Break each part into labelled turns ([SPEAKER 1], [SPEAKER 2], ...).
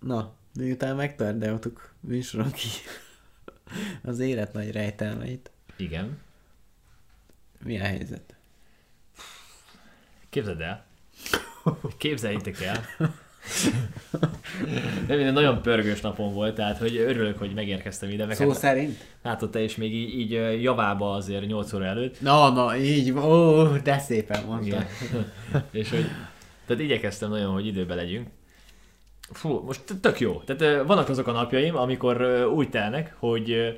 [SPEAKER 1] Na, miután megtárgyaltuk műsorokig az élet nagy rejtelmeit,
[SPEAKER 2] Igen.
[SPEAKER 1] mi a helyzet?
[SPEAKER 2] Képzeld el. Képzeljétek el. Nem, én nagyon pörgős napom volt, tehát hogy örülök, hogy megérkeztem ide. Meg
[SPEAKER 1] Szó
[SPEAKER 2] hát,
[SPEAKER 1] szerint?
[SPEAKER 2] látod te is még így, így ö, javába azért 8 óra előtt.
[SPEAKER 1] Na, na, így, van. ó, de szépen mondta.
[SPEAKER 2] Igen. És hogy, tehát igyekeztem nagyon, hogy időben legyünk. Fú, most tök jó. Tehát ö, vannak azok a napjaim, amikor ö, úgy telnek, hogy ö,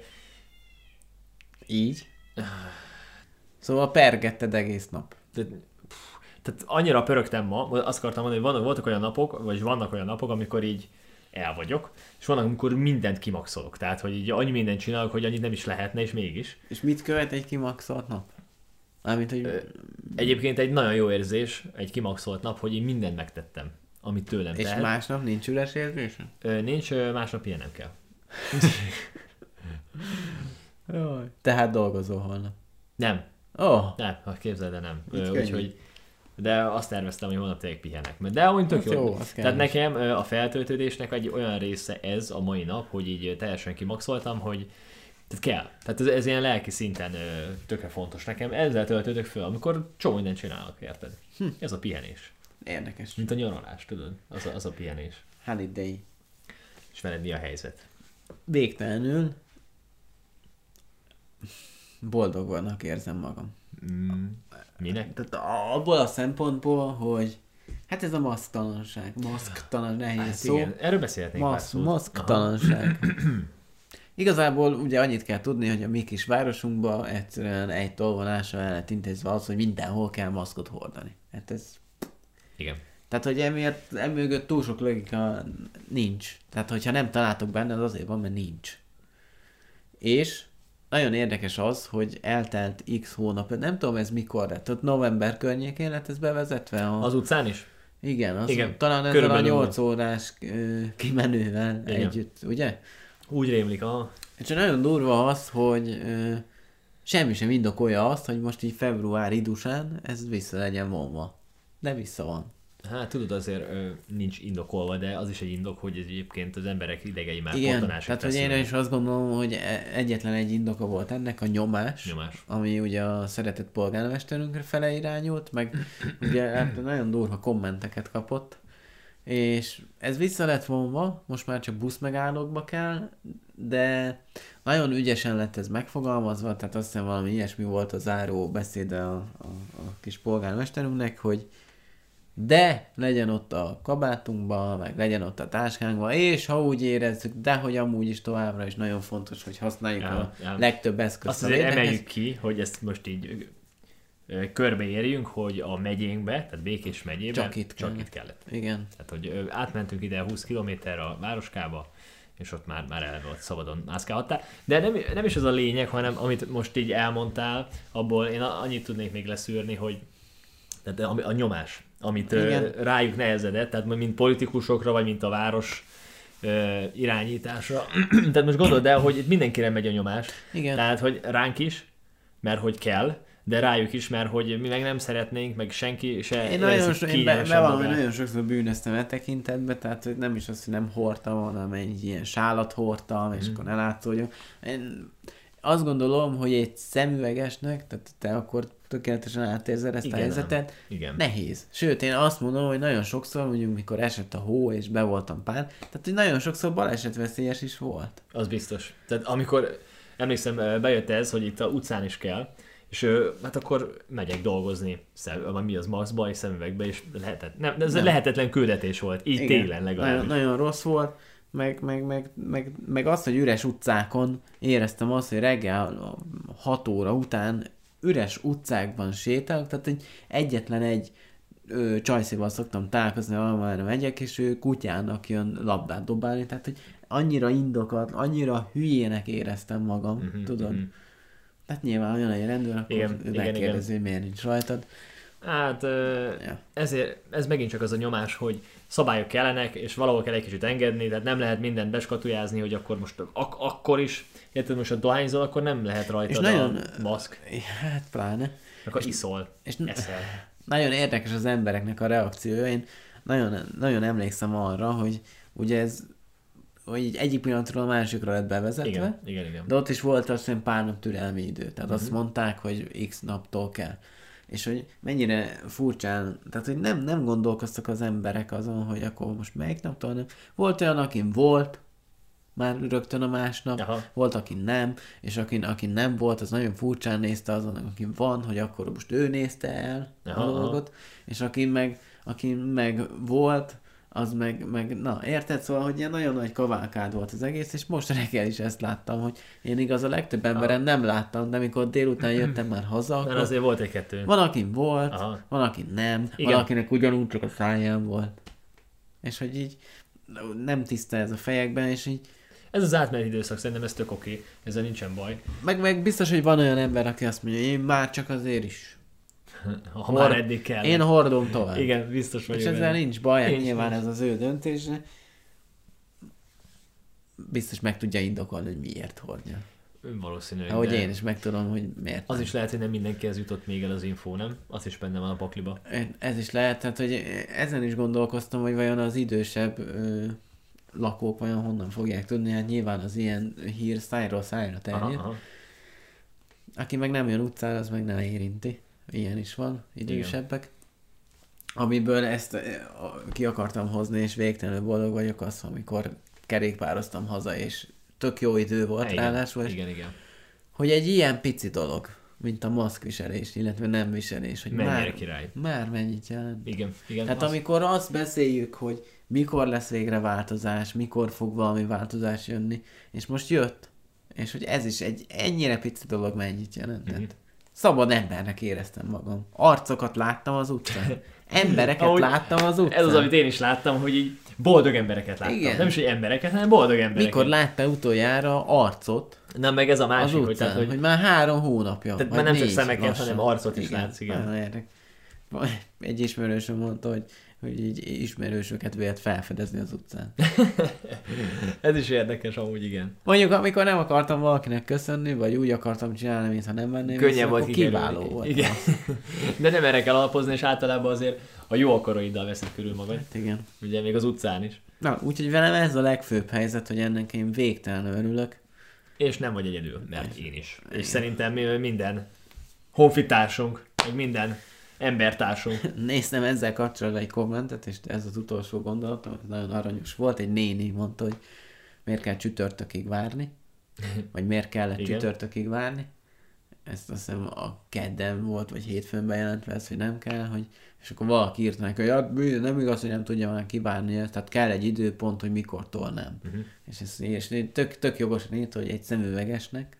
[SPEAKER 1] Így? Szóval pergetted egész nap.
[SPEAKER 2] tehát, pff, tehát annyira pörögtem ma, azt akartam mondani, hogy vannak, voltak olyan napok, vagy vannak olyan napok, amikor így el vagyok, és vannak, amikor mindent kimaxolok. Tehát, hogy így annyi mindent csinálok, hogy annyit nem is lehetne, és mégis.
[SPEAKER 1] És mit követ egy kimaxolt nap? Mármint, hogy...
[SPEAKER 2] Egyébként egy nagyon jó érzés, egy kimaxolt nap, hogy én mindent megtettem, amit tőlem
[SPEAKER 1] és
[SPEAKER 2] tehet.
[SPEAKER 1] másnap nincs üres érzésem?
[SPEAKER 2] Ö, Nincs, ö, másnap ilyen nem kell.
[SPEAKER 1] Jaj. Tehát dolgozol holnap.
[SPEAKER 2] Nem,
[SPEAKER 1] Ó, oh,
[SPEAKER 2] nem, ha képzeld, de nem.
[SPEAKER 1] Így
[SPEAKER 2] Ö,
[SPEAKER 1] könnyű.
[SPEAKER 2] Úgyhogy, de azt terveztem, hogy holnap tényleg pihenek. Mert- De amúgy tök
[SPEAKER 1] Hát
[SPEAKER 2] jó.
[SPEAKER 1] jó, az kell
[SPEAKER 2] Tehát
[SPEAKER 1] is.
[SPEAKER 2] nekem ö, a feltöltődésnek egy olyan része ez a mai nap, hogy így ö, teljesen kimaxoltam, hogy tehát kell. Tehát ez, ez ilyen lelki szinten ö, tökre fontos nekem. Ezzel töltődök föl, amikor csomó mindent csinálok, érted?
[SPEAKER 1] Hm.
[SPEAKER 2] Ez a pihenés.
[SPEAKER 1] érdekes. Hát
[SPEAKER 2] Mint a nyaralás, tudod? Az a, az a pihenés.
[SPEAKER 1] Holiday.
[SPEAKER 2] És veled mi a helyzet?
[SPEAKER 1] Végtelenül boldognak érzem magam.
[SPEAKER 2] Mm. Minek?
[SPEAKER 1] Tehát abból a szempontból, hogy hát ez a maszktalanság, maszktalan nehéz
[SPEAKER 2] Hát
[SPEAKER 1] szó.
[SPEAKER 2] igen, erről beszélhetnénk pár
[SPEAKER 1] Masz,
[SPEAKER 2] szót.
[SPEAKER 1] maszktalanság. Igazából ugye annyit kell tudni, hogy a mi kis városunkban egyszerűen egy tolvonása el lett intézve az, hogy mindenhol kell maszkot hordani. Hát ez
[SPEAKER 2] Aha, Igen.
[SPEAKER 1] Tehát, hogy emiatt, emögött túl sok logika nincs. Tehát, hogyha nem találtok benne, az azért van, mert nincs. És nagyon érdekes az, hogy eltelt x hónap, nem tudom ez mikor lett, ott november környékén lett ez bevezetve. A...
[SPEAKER 2] Az utcán is?
[SPEAKER 1] Igen, az
[SPEAKER 2] Igen,
[SPEAKER 1] talán ezzel a
[SPEAKER 2] körülbelül
[SPEAKER 1] 8 órás ö, kimenővel
[SPEAKER 2] Igen.
[SPEAKER 1] együtt, ugye?
[SPEAKER 2] Úgy rémlik, aha.
[SPEAKER 1] És nagyon durva az, hogy ö, semmi sem indokolja azt, hogy most így február idusán ez vissza legyen vonva. De vissza van.
[SPEAKER 2] Hát tudod, azért ö, nincs indokolva, de az is egy indok, hogy ez egyébként az emberek idegei már
[SPEAKER 1] Igen,
[SPEAKER 2] pattanásig
[SPEAKER 1] tehát hogy én
[SPEAKER 2] feszülnek.
[SPEAKER 1] is azt gondolom, hogy e- egyetlen egy indoka volt ennek a nyomás,
[SPEAKER 2] Nyomás.
[SPEAKER 1] ami ugye a szeretett polgármesterünkre fele irányult, meg ugye hát nagyon durva kommenteket kapott, és ez vissza lett vonva, most már csak buszmegállókba kell, de nagyon ügyesen lett ez megfogalmazva, tehát azt hiszem valami ilyesmi volt a záró beszéde a, a, a kis polgármesterünknek, hogy de legyen ott a kabátunkban, meg legyen ott a táskánkban, és ha úgy érezzük, de hogy amúgy is továbbra is nagyon fontos, hogy használjuk
[SPEAKER 2] Ám,
[SPEAKER 1] a
[SPEAKER 2] ám.
[SPEAKER 1] legtöbb eszközt.
[SPEAKER 2] Azt
[SPEAKER 1] a
[SPEAKER 2] azért
[SPEAKER 1] védekezésre.
[SPEAKER 2] emeljük ki, hogy ezt most így ö, ö, körbeérjünk, hogy a megyénkbe, tehát Békés megyében
[SPEAKER 1] Csak itt
[SPEAKER 2] csak
[SPEAKER 1] kellett.
[SPEAKER 2] itt kellett.
[SPEAKER 1] Igen.
[SPEAKER 2] Tehát, hogy ö, átmentünk ide 20 km a városkába, és ott már, már eleve ott szabadon mászkálhattál. De nem, nem is ez a lényeg, hanem amit most így elmondtál, abból én a- annyit tudnék még leszűrni, hogy tehát ami- a nyomás, amit
[SPEAKER 1] Igen.
[SPEAKER 2] Igen. rájuk nehezedett, tehát mint politikusokra, vagy mint a város ö, irányításra. tehát most gondold el, hogy itt mindenkire megy a nyomás.
[SPEAKER 1] Igen.
[SPEAKER 2] Tehát, hogy ránk is, mert hogy kell, de rájuk is, mert hogy mi meg nem szeretnénk, meg senki se
[SPEAKER 1] Én,
[SPEAKER 2] érzi
[SPEAKER 1] nagyon, so, én be,
[SPEAKER 2] kényelmesen
[SPEAKER 1] bevallom, hogy
[SPEAKER 2] magát.
[SPEAKER 1] nagyon sokszor bűnöztem e tekintetbe, tehát hogy nem is azt, hogy nem hordtam, hanem egy ilyen sálat hordtam,
[SPEAKER 2] Mm.
[SPEAKER 1] és akkor ne látszódjon. Én azt gondolom, hogy egy szemüvegesnek, tehát te akkor tökéletesen átérzed ezt
[SPEAKER 2] Igen,
[SPEAKER 1] a
[SPEAKER 2] nem.
[SPEAKER 1] helyzetet,
[SPEAKER 2] Igen.
[SPEAKER 1] nehéz. Sőt, én azt mondom, hogy nagyon sokszor, mondjuk mikor esett a hó, és be voltam pár, tehát hogy nagyon sokszor balesetveszélyes is volt.
[SPEAKER 2] Az biztos. Tehát amikor, emlékszem, ö, bejött ez, hogy itt a utcán is kell, és ö, hát akkor megyek dolgozni, szem, vagy mi az, maszkba és szemüvegbe, és lehetett, nem, de ez
[SPEAKER 1] Nem.
[SPEAKER 2] nem. lehetetlen küldetés volt, így Igen. télen legalábbis.
[SPEAKER 1] Nagyon, nagyon rossz volt, meg, meg, meg, meg, meg az, hogy üres utcákon éreztem azt, hogy reggel 6 óra után üres utcákban sétálok, tehát egy, egyetlen egy ö, csajszéval szoktam találkozni, amerre megyek, és ő kutyának jön labdát dobálni, tehát hogy annyira indokat, annyira hülyének éreztem magam, mm-hmm, tudod? Mm-hmm. Tehát nyilván olyan egy rendőr, akkor
[SPEAKER 2] Mhm, Igen,
[SPEAKER 1] igen, ő
[SPEAKER 2] igen,
[SPEAKER 1] megkérdezi, hogy miért nincs rajtad.
[SPEAKER 2] Hát ö,
[SPEAKER 1] Ja.
[SPEAKER 2] ezért, ez megint csak az a nyomás, hogy szabályok kellenek, és valahol kell egy kicsit engedni, tehát nem lehet mindent beskatujázni, hogy akkor most ak- akkor is, érted, most a dohányzol, akkor nem lehet rajta
[SPEAKER 1] nagyon-
[SPEAKER 2] a maszk,
[SPEAKER 1] Hát pláne.
[SPEAKER 2] akkor iszol,
[SPEAKER 1] és-
[SPEAKER 2] és eszel.
[SPEAKER 1] Nagyon érdekes az embereknek a reakciója. Én nagyon, nagyon emlékszem arra, hogy ugye ez hogy így egyik pillanatról a másikra lett bevezetve,
[SPEAKER 2] Igen, igen, igen. Mhm.
[SPEAKER 1] de ott is volt azt hiszem pár nap türelmi idő. Tehát azt mondták, hogy x naptól kell. És hogy mennyire furcsán, tehát hogy nem, nem gondolkoztak az emberek azon, hogy akkor most melyik naptól nem. Volt olyan, akin volt, már rögtön a másnap,
[SPEAKER 2] Aha.
[SPEAKER 1] volt, aki nem, és akin, aki nem volt, az nagyon furcsán nézte azon, aki van, hogy akkor most ő nézte el
[SPEAKER 2] Aha,
[SPEAKER 1] a
[SPEAKER 2] aha.
[SPEAKER 1] dolgot, és aki meg, aki meg volt, az meg, meg, na, érted? Szóval, hogy ilyen nagyon nagy kavalkád volt az egész, és most reggel is ezt láttam, hogy én igaz a legtöbb emberen nem láttam, de amikor délután jöttem már haza,
[SPEAKER 2] Mert
[SPEAKER 1] akkor
[SPEAKER 2] azért volt egy-kettő.
[SPEAKER 1] van, aki volt,
[SPEAKER 2] Aha.
[SPEAKER 1] van, aki nem,
[SPEAKER 2] Igen.
[SPEAKER 1] Igen. van, akinek ugyanúgy csak a száján volt. És hogy így nem tiszta ez a fejekben, és így
[SPEAKER 2] Ez az átmeneti időszak, szerintem ez tök oké, ezzel nincsen baj.
[SPEAKER 1] Meg, meg biztos, hogy van olyan ember, aki azt mondja, én már csak azért is.
[SPEAKER 2] Ha már eddig kell.
[SPEAKER 1] Én hordom tovább.
[SPEAKER 2] Igen, biztos
[SPEAKER 1] És
[SPEAKER 2] vagyok.
[SPEAKER 1] ezzel
[SPEAKER 2] benne.
[SPEAKER 1] nincs baj, hát
[SPEAKER 2] Nincs,
[SPEAKER 1] nyilván ez az ő döntés. de Biztos meg tudja indokolni, hogy miért hordja.
[SPEAKER 2] Valószínű.
[SPEAKER 1] Ahogy
[SPEAKER 2] de
[SPEAKER 1] én is megtudom, hogy miért.
[SPEAKER 2] Az
[SPEAKER 1] nem.
[SPEAKER 2] is lehet, hogy nem mindenkihez jutott még el az infó, nem? Az is benne van a pakliba.
[SPEAKER 1] Én- Ez is lehet, tehát hogy ezen is gondolkoztam, hogy vajon az idősebb ö, lakók vajon honnan fogják tudni, hát nyilván az ilyen hír szájról szájra
[SPEAKER 2] Aha,
[SPEAKER 1] terjed.
[SPEAKER 2] aha.
[SPEAKER 1] Aki meg nem jön utcára, az meg nem érinti. Ilyen is van, idősebbek. Amiből ezt eh, a- ki akartam hozni, és végtelenül boldog vagyok az, amikor kerékpároztam haza, és tök jó idő volt
[SPEAKER 2] igen,
[SPEAKER 1] ráadásul, és
[SPEAKER 2] igen, igen.
[SPEAKER 1] hogy egy ilyen pici dolog, mint a maszkviselés, illetve nem viselés, hogy
[SPEAKER 2] Mennyire
[SPEAKER 1] már, Hát
[SPEAKER 2] király.
[SPEAKER 1] már mennyit jelent.
[SPEAKER 2] Igen, igen.
[SPEAKER 1] Tehát
[SPEAKER 2] az-
[SPEAKER 1] amikor azt beszéljük, hogy mikor lesz végre változás, mikor fog valami változás jönni, és most jött, és hogy ez is egy ennyire pici dolog mennyit jelentett.
[SPEAKER 2] Mhm.
[SPEAKER 1] Szabad embernek éreztem magam. Arcokat láttam az utcán. Embereket
[SPEAKER 2] Ahogy-
[SPEAKER 1] láttam az utcán.
[SPEAKER 2] Ez az, amit én is láttam, hogy így boldog embereket láttam. Igen.
[SPEAKER 1] Igen.
[SPEAKER 2] Nem is, hogy embereket, hanem boldog embereket.
[SPEAKER 1] Mikor látta utoljára arcot
[SPEAKER 2] Nem, meg ez a
[SPEAKER 1] az
[SPEAKER 2] másik,
[SPEAKER 1] utcán,
[SPEAKER 2] hogy, tehát, hogy,
[SPEAKER 1] hogy már három hónapja.
[SPEAKER 2] Tehát
[SPEAKER 1] vagy
[SPEAKER 2] már nem csak
[SPEAKER 1] négy
[SPEAKER 2] szemeket,
[SPEAKER 1] lassan.
[SPEAKER 2] hanem arcot is látsz, igen.
[SPEAKER 1] Nagyon érdekes. Van- Egy ismerősöm mondta, hogy, hogy így ismerősöket vélt felfedezni az utcán.
[SPEAKER 2] ez is érdekes amúgy, igen.
[SPEAKER 1] Mondjuk, amikor nem akartam valakinek köszönni, vagy úgy akartam csinálni, mintha nem menném,
[SPEAKER 2] Könnyebb
[SPEAKER 1] észre,
[SPEAKER 2] volt
[SPEAKER 1] akkor
[SPEAKER 2] kikerülni.
[SPEAKER 1] kiváló volt.
[SPEAKER 2] Igen. De nem erre kell alapozni, és általában azért a jó akaraiddal veszed körül magad.
[SPEAKER 1] Hát igen.
[SPEAKER 2] Ugye még az utcán is.
[SPEAKER 1] Na, úgyhogy velem ez a legfőbb helyzet, hogy ennek én végtelenül örülök.
[SPEAKER 2] És nem vagy egyedül, mert én is. És szerintem mi- minden honfitársunk, meg minden embertársunk.
[SPEAKER 1] Néztem ezzel kapcsolatban egy kommentet, és ez az utolsó gondolatom, ez nagyon aranyos volt. Egy néni mondta, hogy miért kell csütörtökig várni, vagy miért kellett
[SPEAKER 2] Igen.
[SPEAKER 1] Igen. csütörtökig várni. Ezt azt hiszem a kedden volt, vagy hétfőn bejelentve ez, hogy nem kell, hogy és akkor valaki írt neki, hogy "Hát, mi, nem igaz, hogy nem tudja már kivárni ezt, tehát kell egy időpont, hogy mikortól nem.
[SPEAKER 2] Mhm.
[SPEAKER 1] Uh-huh. És, ez, és tök, tök jogosan írt, hogy egy szemüvegesnek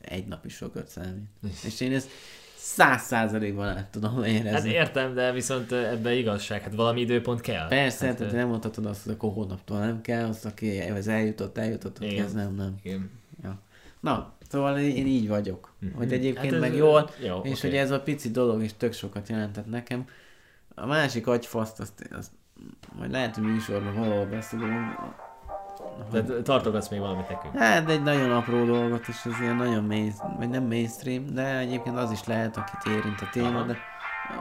[SPEAKER 1] egy nap is sokat számít. és én ezt száz százalékban át tudom érezni.
[SPEAKER 2] Hát értem, de viszont ebben igazság, hát valami időpont kell.
[SPEAKER 1] Persze,
[SPEAKER 2] hát,
[SPEAKER 1] hát, tehát nem mondhatod azt, hogy akkor hónaptól nem kell, azt, aki ez eljutott, eljutott, aki
[SPEAKER 2] Igen.
[SPEAKER 1] ez nem, nem.
[SPEAKER 2] Igen.
[SPEAKER 1] Ja. Na, szóval én én így vagyok. Hogy egyébként
[SPEAKER 2] Hát
[SPEAKER 1] hát
[SPEAKER 2] ez-
[SPEAKER 1] meg jól,
[SPEAKER 2] jó,
[SPEAKER 1] jó, és
[SPEAKER 2] oké.
[SPEAKER 1] hogy ez a pici dolog is tök sokat jelentett nekem. A másik agyfaszt, azt, azt majd lehet, hogy műsorban valahol beszélünk.
[SPEAKER 2] Tehát tartogatsz még valamit nekünk.
[SPEAKER 1] Hát egy nagyon apró dolgot, és ez ilyen nagyon main, vagy nem mainstream, de egyébként az is lehet, akit érint a téma,
[SPEAKER 2] Aha.
[SPEAKER 1] de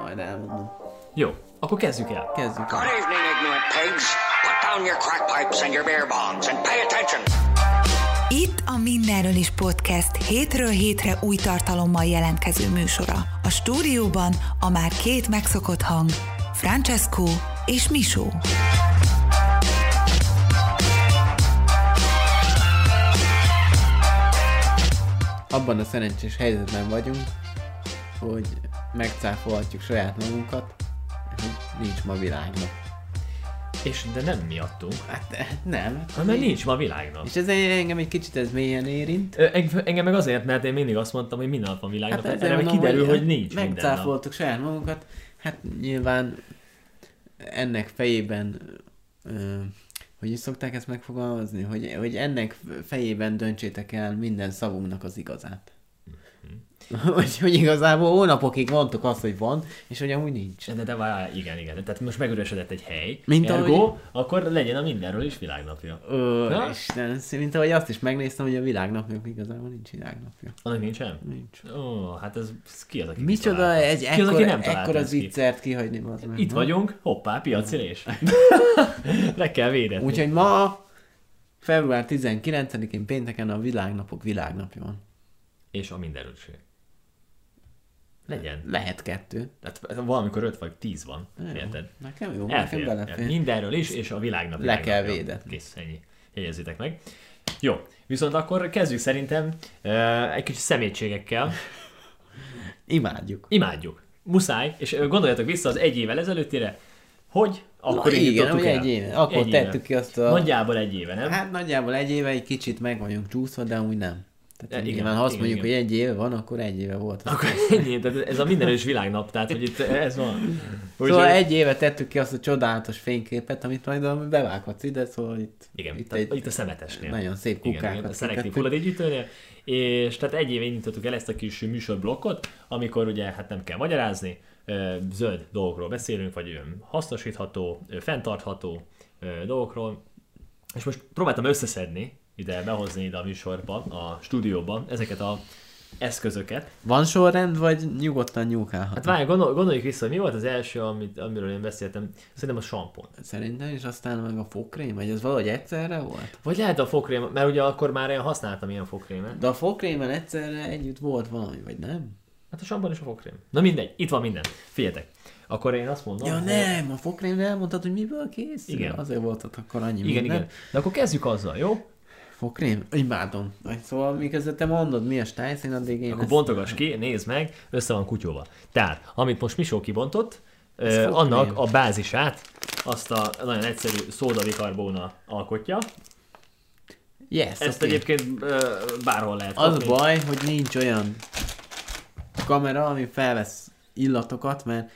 [SPEAKER 1] majd elmondom.
[SPEAKER 2] Jó, akkor kezdjük el.
[SPEAKER 1] Kezdjük el.
[SPEAKER 3] Good evening, ignorant pigs. Put down your crack pipes and your beer bongs and pay attention.
[SPEAKER 4] Itt a Mindenről is podcast hétről hétre új tartalommal jelentkező műsora. A stúdióban a már két megszokott hang, Francesco és Misó.
[SPEAKER 1] abban a szerencsés helyzetben vagyunk, hogy megcáfolhatjuk saját magunkat, hogy nincs ma világnak.
[SPEAKER 2] És de nem miattunk,
[SPEAKER 1] Hát eh, nem.
[SPEAKER 2] hanem mert nincs ma világnak.
[SPEAKER 1] És ez engem egy kicsit ez mélyen érint.
[SPEAKER 2] Ö, eng- Engem meg azért, mert én mindig azt mondtam, hogy minden nap van világnap, hát
[SPEAKER 1] ezzel
[SPEAKER 2] erre meg
[SPEAKER 1] mondom,
[SPEAKER 2] kiderül, hogy
[SPEAKER 1] eh,
[SPEAKER 2] nincs minden nap.
[SPEAKER 1] Megcáfoltuk saját magunkat. Hát nyilván ennek fejében ö, hogy is szokták ezt megfogalmazni? Hogy, hogy ennek fejében döntsétek el minden szavunknak az igazát.
[SPEAKER 2] Mhm.
[SPEAKER 1] Úgyhogy igazából hónapokig mondtuk azt, hogy van, és hogy amúgy nincs.
[SPEAKER 2] De, de várj, igen, igen. Tehát most megüresedett egy hely.
[SPEAKER 1] Mint
[SPEAKER 2] ergo,
[SPEAKER 1] ahogy-
[SPEAKER 2] akkor legyen a mindenről is világnapja.
[SPEAKER 1] Ö,
[SPEAKER 2] Na?
[SPEAKER 1] Isten, szinte, hogy azt is megnéztem, hogy a világnapnak igazából nincs világnapja.
[SPEAKER 2] Annak nincsen?
[SPEAKER 1] Nincs.
[SPEAKER 2] Ó, hát ez, ez ki az, aki
[SPEAKER 1] Micsoda
[SPEAKER 2] kitalálta?
[SPEAKER 1] egy
[SPEAKER 2] ki az, aki
[SPEAKER 1] ekkora,
[SPEAKER 2] nem találta
[SPEAKER 1] ekkora Mhm.
[SPEAKER 2] ezt ki?
[SPEAKER 1] ziccert kihagyni, az meg.
[SPEAKER 2] Itt
[SPEAKER 1] na?
[SPEAKER 2] vagyunk, hoppá, piacirés. Le kell védetni.
[SPEAKER 1] Úgyhogy ma, február 19-én pénteken a világnapok világnapja van.
[SPEAKER 2] És a mindenrőség. Legyen.
[SPEAKER 1] Lehet kettő.
[SPEAKER 2] Tehát valamikor 5 vagy 10 van. Érted?
[SPEAKER 1] Nekem jó, nekem
[SPEAKER 2] Elfér.
[SPEAKER 1] belefér.
[SPEAKER 2] Mindenről is, és a világnak.
[SPEAKER 1] Le kell
[SPEAKER 2] világnapja.
[SPEAKER 1] védetni.
[SPEAKER 2] Kész, ennyi. Jegyezzétek meg. Jó, viszont akkor kezdjük szerintem uh, egy kicsit szemétségekkel.
[SPEAKER 1] Imádjuk.
[SPEAKER 2] Imádjuk. Muszáj, és ö, gondoljatok vissza az egy évvel ezelőttire, hogy akkor
[SPEAKER 1] igen,
[SPEAKER 2] indítottuk
[SPEAKER 1] ugye
[SPEAKER 2] el.
[SPEAKER 1] egy éve. Akkor tettük ki azt a-
[SPEAKER 2] Nagyjából egy éve, nem?
[SPEAKER 1] Hát nagyjából egy éve egy kicsit meg vagyunk csúszva, de úgy nem. Tehát
[SPEAKER 2] E, igen,
[SPEAKER 1] igen, nyilván, ha azt
[SPEAKER 2] igen,
[SPEAKER 1] mondjuk,
[SPEAKER 2] igen.
[SPEAKER 1] hogy egy éve van, akkor egy éve volt.
[SPEAKER 2] Akkor ennyi, tehát ez a minden is világnap, tehát hogy itt ez van. Úgyhogy-
[SPEAKER 1] Szóval egy éve tettük ki azt a csodálatos fényképet, amit majd a- bevághatsz ide, szóval itt,
[SPEAKER 2] Igen,
[SPEAKER 1] itt
[SPEAKER 2] itt,
[SPEAKER 1] egy
[SPEAKER 2] itt a szemetesnél.
[SPEAKER 1] nagyon szép
[SPEAKER 2] Igen,
[SPEAKER 1] kukákat
[SPEAKER 2] igen, a szelektív
[SPEAKER 1] kitettük.
[SPEAKER 2] hulladékgyűjtőnél, és tehát egy éve indítottuk el ezt a kis műsorblokkot, amikor ugye hát nem kell magyarázni, ö, zöld dolgokról beszélünk, vagy ö, hasznosítható, ö, fenntartható ö, dolgokról, és most próbáltam összeszedni, ide behozni ide a műsorba, a stúdióba ezeket a eszközöket.
[SPEAKER 1] Van sorrend, vagy nyugodtan nyúkálhat?
[SPEAKER 2] Hát várj, gondol, gondoljuk vissza, hogy mi volt az első, amit, amiről én beszéltem, szerintem a sampon.
[SPEAKER 1] Hát Szerintem, és aztán meg a fokrém, vagy az valahogy egyszerre volt?
[SPEAKER 2] Vagy lehet a fokrém, mert ugye akkor már én használtam ilyen fokrémet.
[SPEAKER 1] De a fokrémen egyszerre együtt volt valami, vagy nem?
[SPEAKER 2] Hát a sampon és a fokrém. Na mindegy, itt van minden. Figyeljetek. Akkor én azt mondom,
[SPEAKER 1] Ja
[SPEAKER 2] hogy-
[SPEAKER 1] nem, a fokrémre elmondtad, hogy miből készül.
[SPEAKER 2] Igen.
[SPEAKER 1] Azért volt ott akkor annyi
[SPEAKER 2] Igen,
[SPEAKER 1] minden.
[SPEAKER 2] igen. De akkor kezdjük azzal,
[SPEAKER 1] Hát
[SPEAKER 2] jó?
[SPEAKER 1] Fokrém? Imádom. Vagy Szóval miközben te mondod, mi a stájszín, addig én
[SPEAKER 2] Akkor
[SPEAKER 1] ezt-
[SPEAKER 2] bontogass ki, nézd meg, össze van kutyóva. Tehát, amit most Misó kibontott, ö,
[SPEAKER 1] fokrém.
[SPEAKER 2] annak a bázisát, azt a nagyon egyszerű szódavigarbóna alkotja.
[SPEAKER 1] Yes,
[SPEAKER 2] Ezt
[SPEAKER 1] oké.
[SPEAKER 2] egyébként ö, bárhol lehet
[SPEAKER 1] Az a
[SPEAKER 2] kapni.
[SPEAKER 1] baj, hogy nincs olyan kamera, ami felvesz illatokat, mert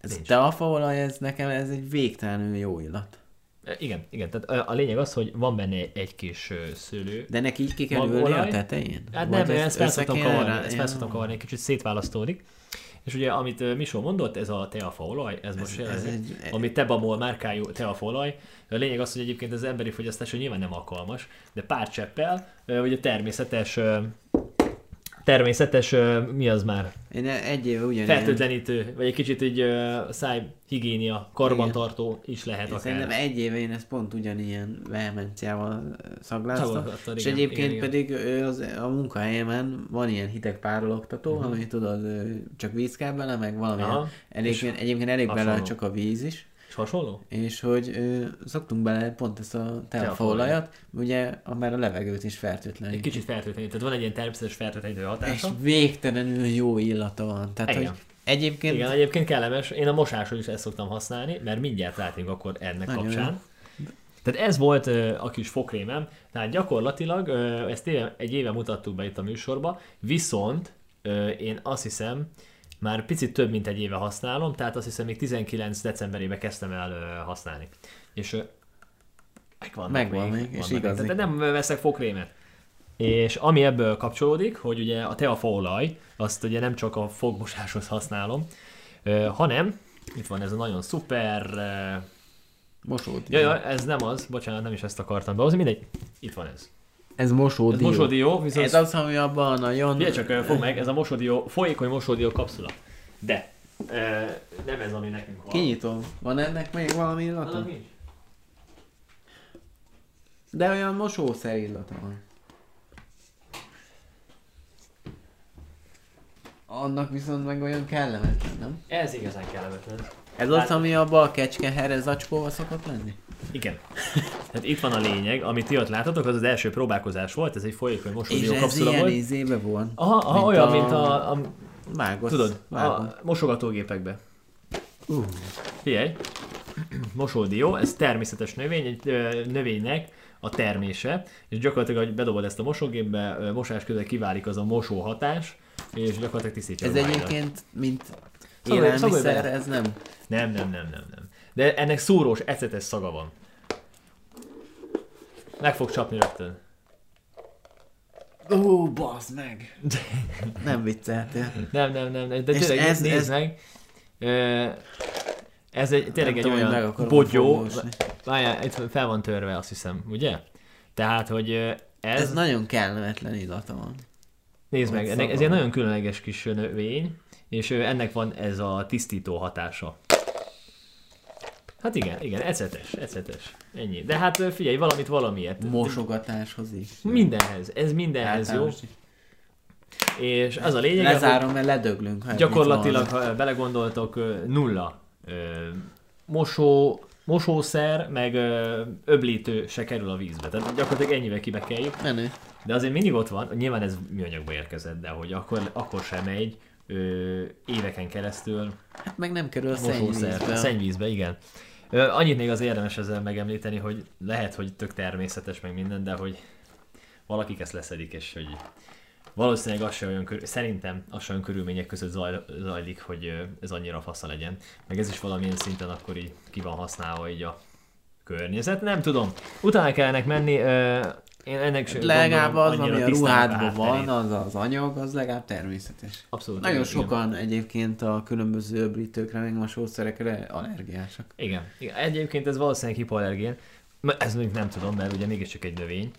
[SPEAKER 1] ez
[SPEAKER 2] Nincs.
[SPEAKER 1] nincs. a olaj, ez nekem ez egy végtelenül jó illat.
[SPEAKER 2] Ö, Igen, igen. Tehát ö, a lényeg az, hogy van benne egy kis ö, szőlő,
[SPEAKER 1] De neki így ki kell
[SPEAKER 2] Maga
[SPEAKER 1] ülni
[SPEAKER 2] olaj?
[SPEAKER 1] a tetején?
[SPEAKER 2] Hát
[SPEAKER 1] Vagy
[SPEAKER 2] nem, ezt fel
[SPEAKER 1] össze
[SPEAKER 2] szoktam
[SPEAKER 1] kell
[SPEAKER 2] kavarni,
[SPEAKER 1] rá-
[SPEAKER 2] ezt fel szoktam
[SPEAKER 1] Ja.
[SPEAKER 2] kavarni, egy kicsit szétválasztódik. És ugye, amit ö, Misó mondott, ez a teafaolaj, ez, most
[SPEAKER 1] ez
[SPEAKER 2] jelenleg,
[SPEAKER 1] egy- e-
[SPEAKER 2] ami tebamol márkájú teafaolaj. A lényeg az, hogy egyébként az emberi fogyasztásra nyilván nem alkalmas, de pár cseppel, ö, ugye természetes, ö, természetes, ö, mi az már,
[SPEAKER 1] Én egy éve ugyanilyen.
[SPEAKER 2] fertőtlenítő, vagy egy kicsit így ö, szájhigiénia, karbantartó is lehet
[SPEAKER 1] Én
[SPEAKER 2] akár.
[SPEAKER 1] Szerintem e- egy éve én ezt pont ugyanilyen vehemenciával ö, szagláztam.
[SPEAKER 2] Szagláztad,
[SPEAKER 1] És
[SPEAKER 2] igen,
[SPEAKER 1] egyébként
[SPEAKER 2] igen,
[SPEAKER 1] pedig ö, az, a munkahelyemen van ilyen hideg pároloktató, uh-huh. ami tudod, ö, csak víz kell bele, meg valami.
[SPEAKER 2] Mhm. Aha.
[SPEAKER 1] Elég, egyébként elég bele
[SPEAKER 2] hasonló.
[SPEAKER 1] csak a víz is.
[SPEAKER 2] És hasonló?
[SPEAKER 1] És hogy ö, szoktunk bele pont ezt a telfaolajat, ugye, a- mert a levegőt is
[SPEAKER 2] Egy
[SPEAKER 1] fertőtlenít.
[SPEAKER 2] kicsit fertőtlenítő, tehát van egy ilyen természetes fertőtlenítő
[SPEAKER 1] És
[SPEAKER 2] hatása.
[SPEAKER 1] végtelenül jó illata van. Tehát,
[SPEAKER 2] Igen.
[SPEAKER 1] hogy egyébként
[SPEAKER 2] Igen, egyébként kellemes. Én a mosásról is ezt szoktam használni, mert mindjárt látnék akkor ennek
[SPEAKER 1] Nagyon
[SPEAKER 2] kapcsán. Tehát ez volt ö, a kis fokrémem, tehát gyakorlatilag ö, ezt éve, egy éve mutattuk be itt a műsorba, viszont ö, én azt hiszem, már picit több mint egy éve használom, tehát azt hiszem még 19 decemberében kezdtem el ö, használni. És ö, megvannak
[SPEAKER 1] Megvan még, és
[SPEAKER 2] vannak
[SPEAKER 1] igazi.
[SPEAKER 2] Tehát nem veszek fokrémet. És ami ebből kapcsolódik, hogy ugye a teafaolaj, azt ugye nem csak a fogmosáshoz használom, ö, hanem itt van ez a nagyon szuper ö,
[SPEAKER 1] mosódió.
[SPEAKER 2] Ja, ja, ez nem az, bocsánat, nem is ezt akartam behozni, mindegy. Itt van ez.
[SPEAKER 1] Ez mosódió.
[SPEAKER 2] Ez mosodió, viszont...
[SPEAKER 1] Ez az, ami abban a nagyon...
[SPEAKER 2] Figyelj csak, fog meg, ez a mosodió, folyékony mosodió kapszula. De, ö, nem ez, ami nekünk van.
[SPEAKER 1] Kinyitom. Van ennek még valami illata?
[SPEAKER 2] Annak nincs.
[SPEAKER 1] De olyan mosószer illata van. Annak viszont meg olyan kellemetlen, nem?
[SPEAKER 2] Ez igazán kellemetlen.
[SPEAKER 1] Ez
[SPEAKER 2] Hát-
[SPEAKER 1] az, ami a bal kecskeherre zacskóval szokott lenni?
[SPEAKER 2] Igen. Tehát itt van a lényeg, amit ti ott láttatok, az az első próbálkozás volt, ez egy folyékony
[SPEAKER 1] És
[SPEAKER 2] mosodió
[SPEAKER 1] ez
[SPEAKER 2] kapszula
[SPEAKER 1] ilyen
[SPEAKER 2] volt.
[SPEAKER 1] ízébe van.
[SPEAKER 2] Aha, aha mint olyan, a... mint a, a
[SPEAKER 1] Vágott.
[SPEAKER 2] tudod,
[SPEAKER 1] Vágott.
[SPEAKER 2] a mosogatógépekbe.
[SPEAKER 1] Uh.
[SPEAKER 2] Figyelj, mosódió, ez természetes növény, egy ö, növénynek a termése, és gyakorlatilag, hogy bedobod ezt a mosógépbe, ö, mosás közben kiválik az a mosó hatás, és gyakorlatilag tisztítja
[SPEAKER 1] Ez
[SPEAKER 2] a ruháidat.
[SPEAKER 1] egyébként, mint
[SPEAKER 2] Szagolj- szagolj
[SPEAKER 1] élelmiszer,
[SPEAKER 2] bele.
[SPEAKER 1] ez nem.
[SPEAKER 2] Nem, nem, nem, nem, nem. De ennek szúrós, ecetes szaga van. Meg fog csapni rögtön.
[SPEAKER 1] Ó, bazd meg! Nem vicceltél.
[SPEAKER 2] Nem, nem, nem, nem, de
[SPEAKER 1] És
[SPEAKER 2] tényleg ez,
[SPEAKER 1] ez-
[SPEAKER 2] nézd
[SPEAKER 1] ez-
[SPEAKER 2] meg. Ö, Ez egy, tényleg egy
[SPEAKER 1] tudom, hogy meg
[SPEAKER 2] olyan
[SPEAKER 1] akarom
[SPEAKER 2] bogyó.
[SPEAKER 1] fogósni.
[SPEAKER 2] Várjál, itt fel van törve, azt hiszem, ugye? Tehát, hogy ö,
[SPEAKER 1] Ez,
[SPEAKER 2] ez,
[SPEAKER 1] ez nagyon kellemetlen illata van.
[SPEAKER 2] Nézd meg,
[SPEAKER 1] Hogy
[SPEAKER 2] ennek, ez
[SPEAKER 1] szabad.
[SPEAKER 2] egy nagyon különleges kis növény, és ö, ennek van ez a tisztító hatása. Hát igen, igen, ecetes, ecetes. Ennyi. De hát ö, figyelj, valamit valamiért.
[SPEAKER 1] Mosogatáshoz is.
[SPEAKER 2] Mindenhez, ez mindenhez jó.
[SPEAKER 1] Általános Hát, is.
[SPEAKER 2] És az a lényeg, hogy
[SPEAKER 1] Lezárom, mert ledöglünk. Ha ez
[SPEAKER 2] gyakorlatilag,
[SPEAKER 1] Hát, mit
[SPEAKER 2] ha belegondoltok, ö, nulla ö, mosó, mosószer, meg ö, öblítő se kerül a vízbe. Tehát gyakorlatilag ennyivel kibekeljük.
[SPEAKER 1] van. Menő.
[SPEAKER 2] De azért mindig ott van, nyilván ez műanyagba érkezett, de hogy akkor, akkor sem megy ö, éveken keresztül
[SPEAKER 1] Hát meg nem kerül a
[SPEAKER 2] mosószer,
[SPEAKER 1] szennyvízbe.
[SPEAKER 2] szennyvízbe, igen. Ö, annyit még az érdemes ezzel megemlíteni, hogy lehet, hogy tök természetes meg minden, de hogy valakik ezt leszedik, és hogy valószínűleg az se olyan, körül, szerintem az se olyan körülmények között zaj, zajlik, hogy ö, ez annyira fasza legyen. Meg ez is valamilyen szinten akkor így ki van használva így a környezet, nem tudom. Utána kellene menni, ö, én ennek sem
[SPEAKER 1] Hát Legalább
[SPEAKER 2] gondolom,
[SPEAKER 1] az,
[SPEAKER 2] annyira
[SPEAKER 1] ami a
[SPEAKER 2] tisztán
[SPEAKER 1] ruhádban
[SPEAKER 2] hátterét.
[SPEAKER 1] van, az az anyag, az legalább természetes.
[SPEAKER 2] Abszolút.
[SPEAKER 1] Nagyon
[SPEAKER 2] igen, igen.
[SPEAKER 1] sokan egyébként a különböző öblítőkre, meg masószerekre allergiásak.
[SPEAKER 2] Igen. igen. Egyébként ez valószínűleg hipoallergén. M- Ez még nem tudom, mert ugye mégiscsak egy növény.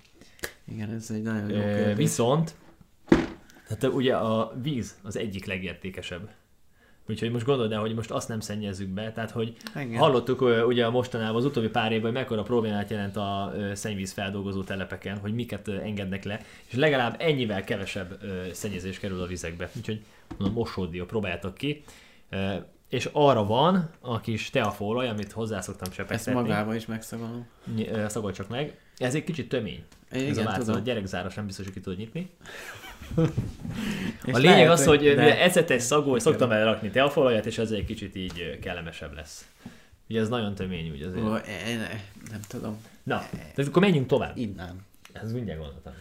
[SPEAKER 1] Igen, ez egy nagyon jó
[SPEAKER 2] Ö,
[SPEAKER 1] kérdés.
[SPEAKER 2] viszont, tehát ugye a víz az egyik legértékesebb. Úgyhogy most gondold el, hogy most azt nem szennyezzük be, tehát hogy
[SPEAKER 1] Igen.
[SPEAKER 2] Igen. hallottuk ö, ugye a mostanában az utóbbi pár évben, hogy mekkora problémát jelent a ö, szennyvíz feldolgozó telepeken, hogy miket ö, engednek le, és legalább ennyivel kevesebb ö, szennyezés kerül a vizekbe. Úgyhogy mondom, mosódia, próbáljátok ki. Ö, És arra van a kis teafóolaj, amit hozzászoktam
[SPEAKER 1] Ezt
[SPEAKER 2] sepegtetni.
[SPEAKER 1] magába is megszagolom.
[SPEAKER 2] Ny- ö, Szagolj csak meg. Ez egy kicsit tömény. ez a
[SPEAKER 1] Igen,
[SPEAKER 2] látszó,
[SPEAKER 1] tudom.
[SPEAKER 2] a gyerekzáros nem biztos, hogy ki tudod nyitni.
[SPEAKER 1] És
[SPEAKER 2] a lényeg
[SPEAKER 1] lehet,
[SPEAKER 2] az, hogy
[SPEAKER 1] de-
[SPEAKER 2] mivel ecetes szagolj, szoktam vele rakni teafolajat, és ez egy kicsit így ö, kellemesebb lesz. Ugye ez nagyon tömény, úgy azért.
[SPEAKER 1] Ó, én- nem tudom,
[SPEAKER 2] Na, tehát akkor menjünk tovább.
[SPEAKER 1] innám.
[SPEAKER 2] Ez mindjárt gondoltam.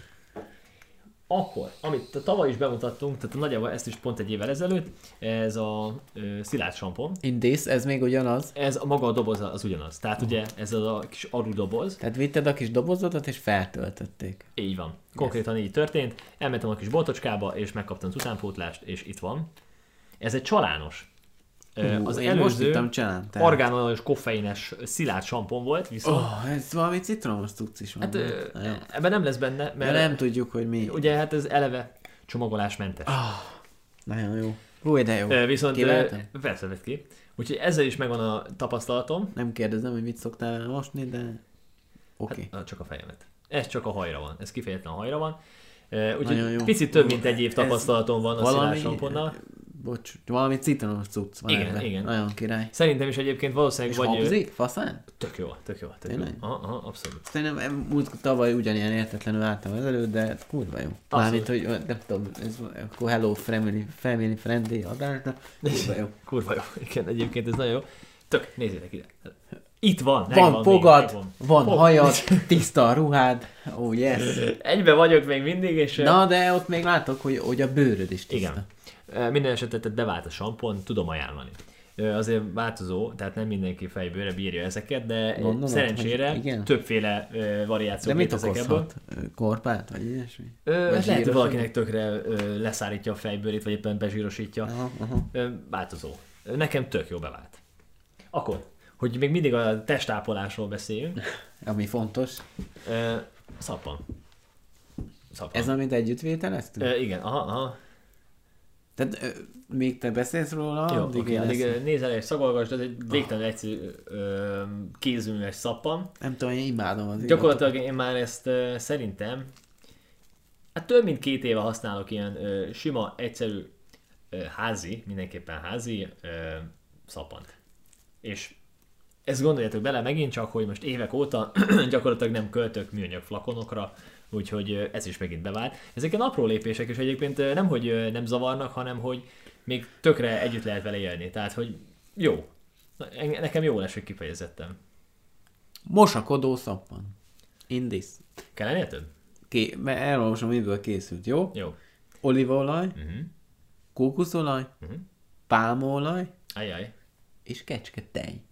[SPEAKER 2] Akkor, amit t- tavaly is bemutattunk, tehát nagyjából ezt is pont egy évvel ezelőtt, ez a ö, szilárd sampon.
[SPEAKER 1] Indész, ez még ugyanaz.
[SPEAKER 2] Ez a maga a doboz az ugyanaz. Tehát ugye ez az a kis aru doboz,
[SPEAKER 1] Tehát vitted a kis dobozodat, és feltöltötték.
[SPEAKER 2] Így van. Konkrétan így történt. Elmentem a kis boltocskába, és megkaptam az utánpótlást, és itt van. Ez egy csalános. Ö,
[SPEAKER 1] Hú,
[SPEAKER 2] az
[SPEAKER 1] én most
[SPEAKER 2] előző
[SPEAKER 1] hittem csalán, tehát.
[SPEAKER 2] orgánolajos koffeines szilárd sampon volt, viszont oh,
[SPEAKER 1] Oh, ez valami citromos cucc is van.
[SPEAKER 2] hát, ö,
[SPEAKER 1] Na jó.
[SPEAKER 2] ebben nem lesz benne,
[SPEAKER 1] De
[SPEAKER 2] mert
[SPEAKER 1] nem tudjuk, hogy mi.
[SPEAKER 2] ugye hát ez eleve csomagolásmentes.
[SPEAKER 1] Ah. Nagyon jó. Hú, de jó.
[SPEAKER 2] Ö, viszont
[SPEAKER 1] Kiváltam?
[SPEAKER 2] ö, persze vett ki. Úgyhogy ezzel is megvan a tapasztalatom.
[SPEAKER 1] Nem kérdezem, hogy mit szoktál vele mosni, de... Oké.
[SPEAKER 2] Hát, csak a fejemet. Ez csak a hajra van. Ez kifejezetten a hajra van. Ö,
[SPEAKER 1] Nagyon
[SPEAKER 2] Úgyhogy
[SPEAKER 1] jó.
[SPEAKER 2] picit több,
[SPEAKER 1] Hú,
[SPEAKER 2] mint egy év
[SPEAKER 1] ez
[SPEAKER 2] tapasztalatom van a
[SPEAKER 1] valami-
[SPEAKER 2] szilárd samponnal.
[SPEAKER 1] Bocs, valami citromos cucc van
[SPEAKER 2] Igen,
[SPEAKER 1] ebben.
[SPEAKER 2] igen.
[SPEAKER 1] Nagyon király.
[SPEAKER 2] Szerintem is egyébként valószínűleg
[SPEAKER 1] És
[SPEAKER 2] vagy...
[SPEAKER 1] habzik? Faszán?
[SPEAKER 2] Tök jó, tök jó, tök jó.
[SPEAKER 1] Tényleg?
[SPEAKER 2] Aha, aha, abszolút.
[SPEAKER 1] Szerintem em- múlt tavaly ugyanilyen értetlenül álltam ezelőtt, de kurva jó. Mármint, hogy ö, nem tudom, ez akkor Hello Family, family Friendly adás, de kurva jó.
[SPEAKER 2] Kurva jó. Igen, egyébként ez nagyon jó. Tök, nézzétek ide. Itt van,
[SPEAKER 1] Van,
[SPEAKER 2] megvan még,
[SPEAKER 1] fogad,
[SPEAKER 2] megvan.
[SPEAKER 1] van
[SPEAKER 2] Fog-
[SPEAKER 1] hajad, tiszta a ruhád, oh yes.
[SPEAKER 2] Egybe vagyok még mindig, és...
[SPEAKER 1] Na, de ott még látok, hogy, hogy a bőröd is tiszta.
[SPEAKER 2] Igen. Ö, Minden esetre tehát bevált a sampon, tudom ajánlani. Ö, Azért változó, tehát nem mindenki fejbőre bírja ezeket, de
[SPEAKER 1] Gondolod,
[SPEAKER 2] Gondolod, szerencsére
[SPEAKER 1] hogy igen?
[SPEAKER 2] többféle ö, variáció
[SPEAKER 1] De mit
[SPEAKER 2] létezik ebből.
[SPEAKER 1] okozhat? Ö, Korpát, vagy ilyesmi?
[SPEAKER 2] Ö,
[SPEAKER 1] Vagy
[SPEAKER 2] hát lehet, hogy
[SPEAKER 1] zsírosodni?
[SPEAKER 2] valakinek tökre ö, leszállítja a fejbőrét, vagy éppen bezsírosítja.
[SPEAKER 1] Aha, aha.
[SPEAKER 2] Ö, változó. Ö, Nekem tök jó bevált. Akkor, hogy még mindig a testápolásról beszéljünk,
[SPEAKER 1] Ami fontos.
[SPEAKER 2] ö, szappan. Szappan.
[SPEAKER 1] Ez, amit együtt vételeztünk?
[SPEAKER 2] Ö, igen, aha, aha.
[SPEAKER 1] Tehát ö, még te beszélsz róla,
[SPEAKER 2] Jó,
[SPEAKER 1] addig Ah.
[SPEAKER 2] addig,
[SPEAKER 1] én
[SPEAKER 2] addig
[SPEAKER 1] ezt-
[SPEAKER 2] ö, nézz el és szagolgasd, ez egy végtelen egyszerű ö, kézműves szappan.
[SPEAKER 1] Nem tudom, én imádom az
[SPEAKER 2] Gyakorlatilag én már ezt ö, szerintem, hát több mint két éve használok ilyen ö, sima, egyszerű, ö, házi, mindenképpen házi ö, szappant. És ezt gondoljatok bele megint csak, hogy most évek óta gyakorlatilag nem költök műanyag flakonokra, úgyhogy ö, ez is megint bevált. Ezek ilyen apró lépések, és egyébként ö, nem, hogy ö, nem zavarnak, hanem hogy még tökre együtt lehet vele élni. Tehát, hogy jó. Na, en- Nekem jó lesz, hogy kifejezettem.
[SPEAKER 1] Mosakodó szappan. Indisz.
[SPEAKER 2] Kellene több?
[SPEAKER 1] Ké... mert Elolvasom, miből készült, jó?
[SPEAKER 2] Jó.
[SPEAKER 1] Olívaolaj,
[SPEAKER 2] Mhm.
[SPEAKER 1] kókuszolaj, pálmaolaj
[SPEAKER 2] Ajaj.
[SPEAKER 1] és kecske tej.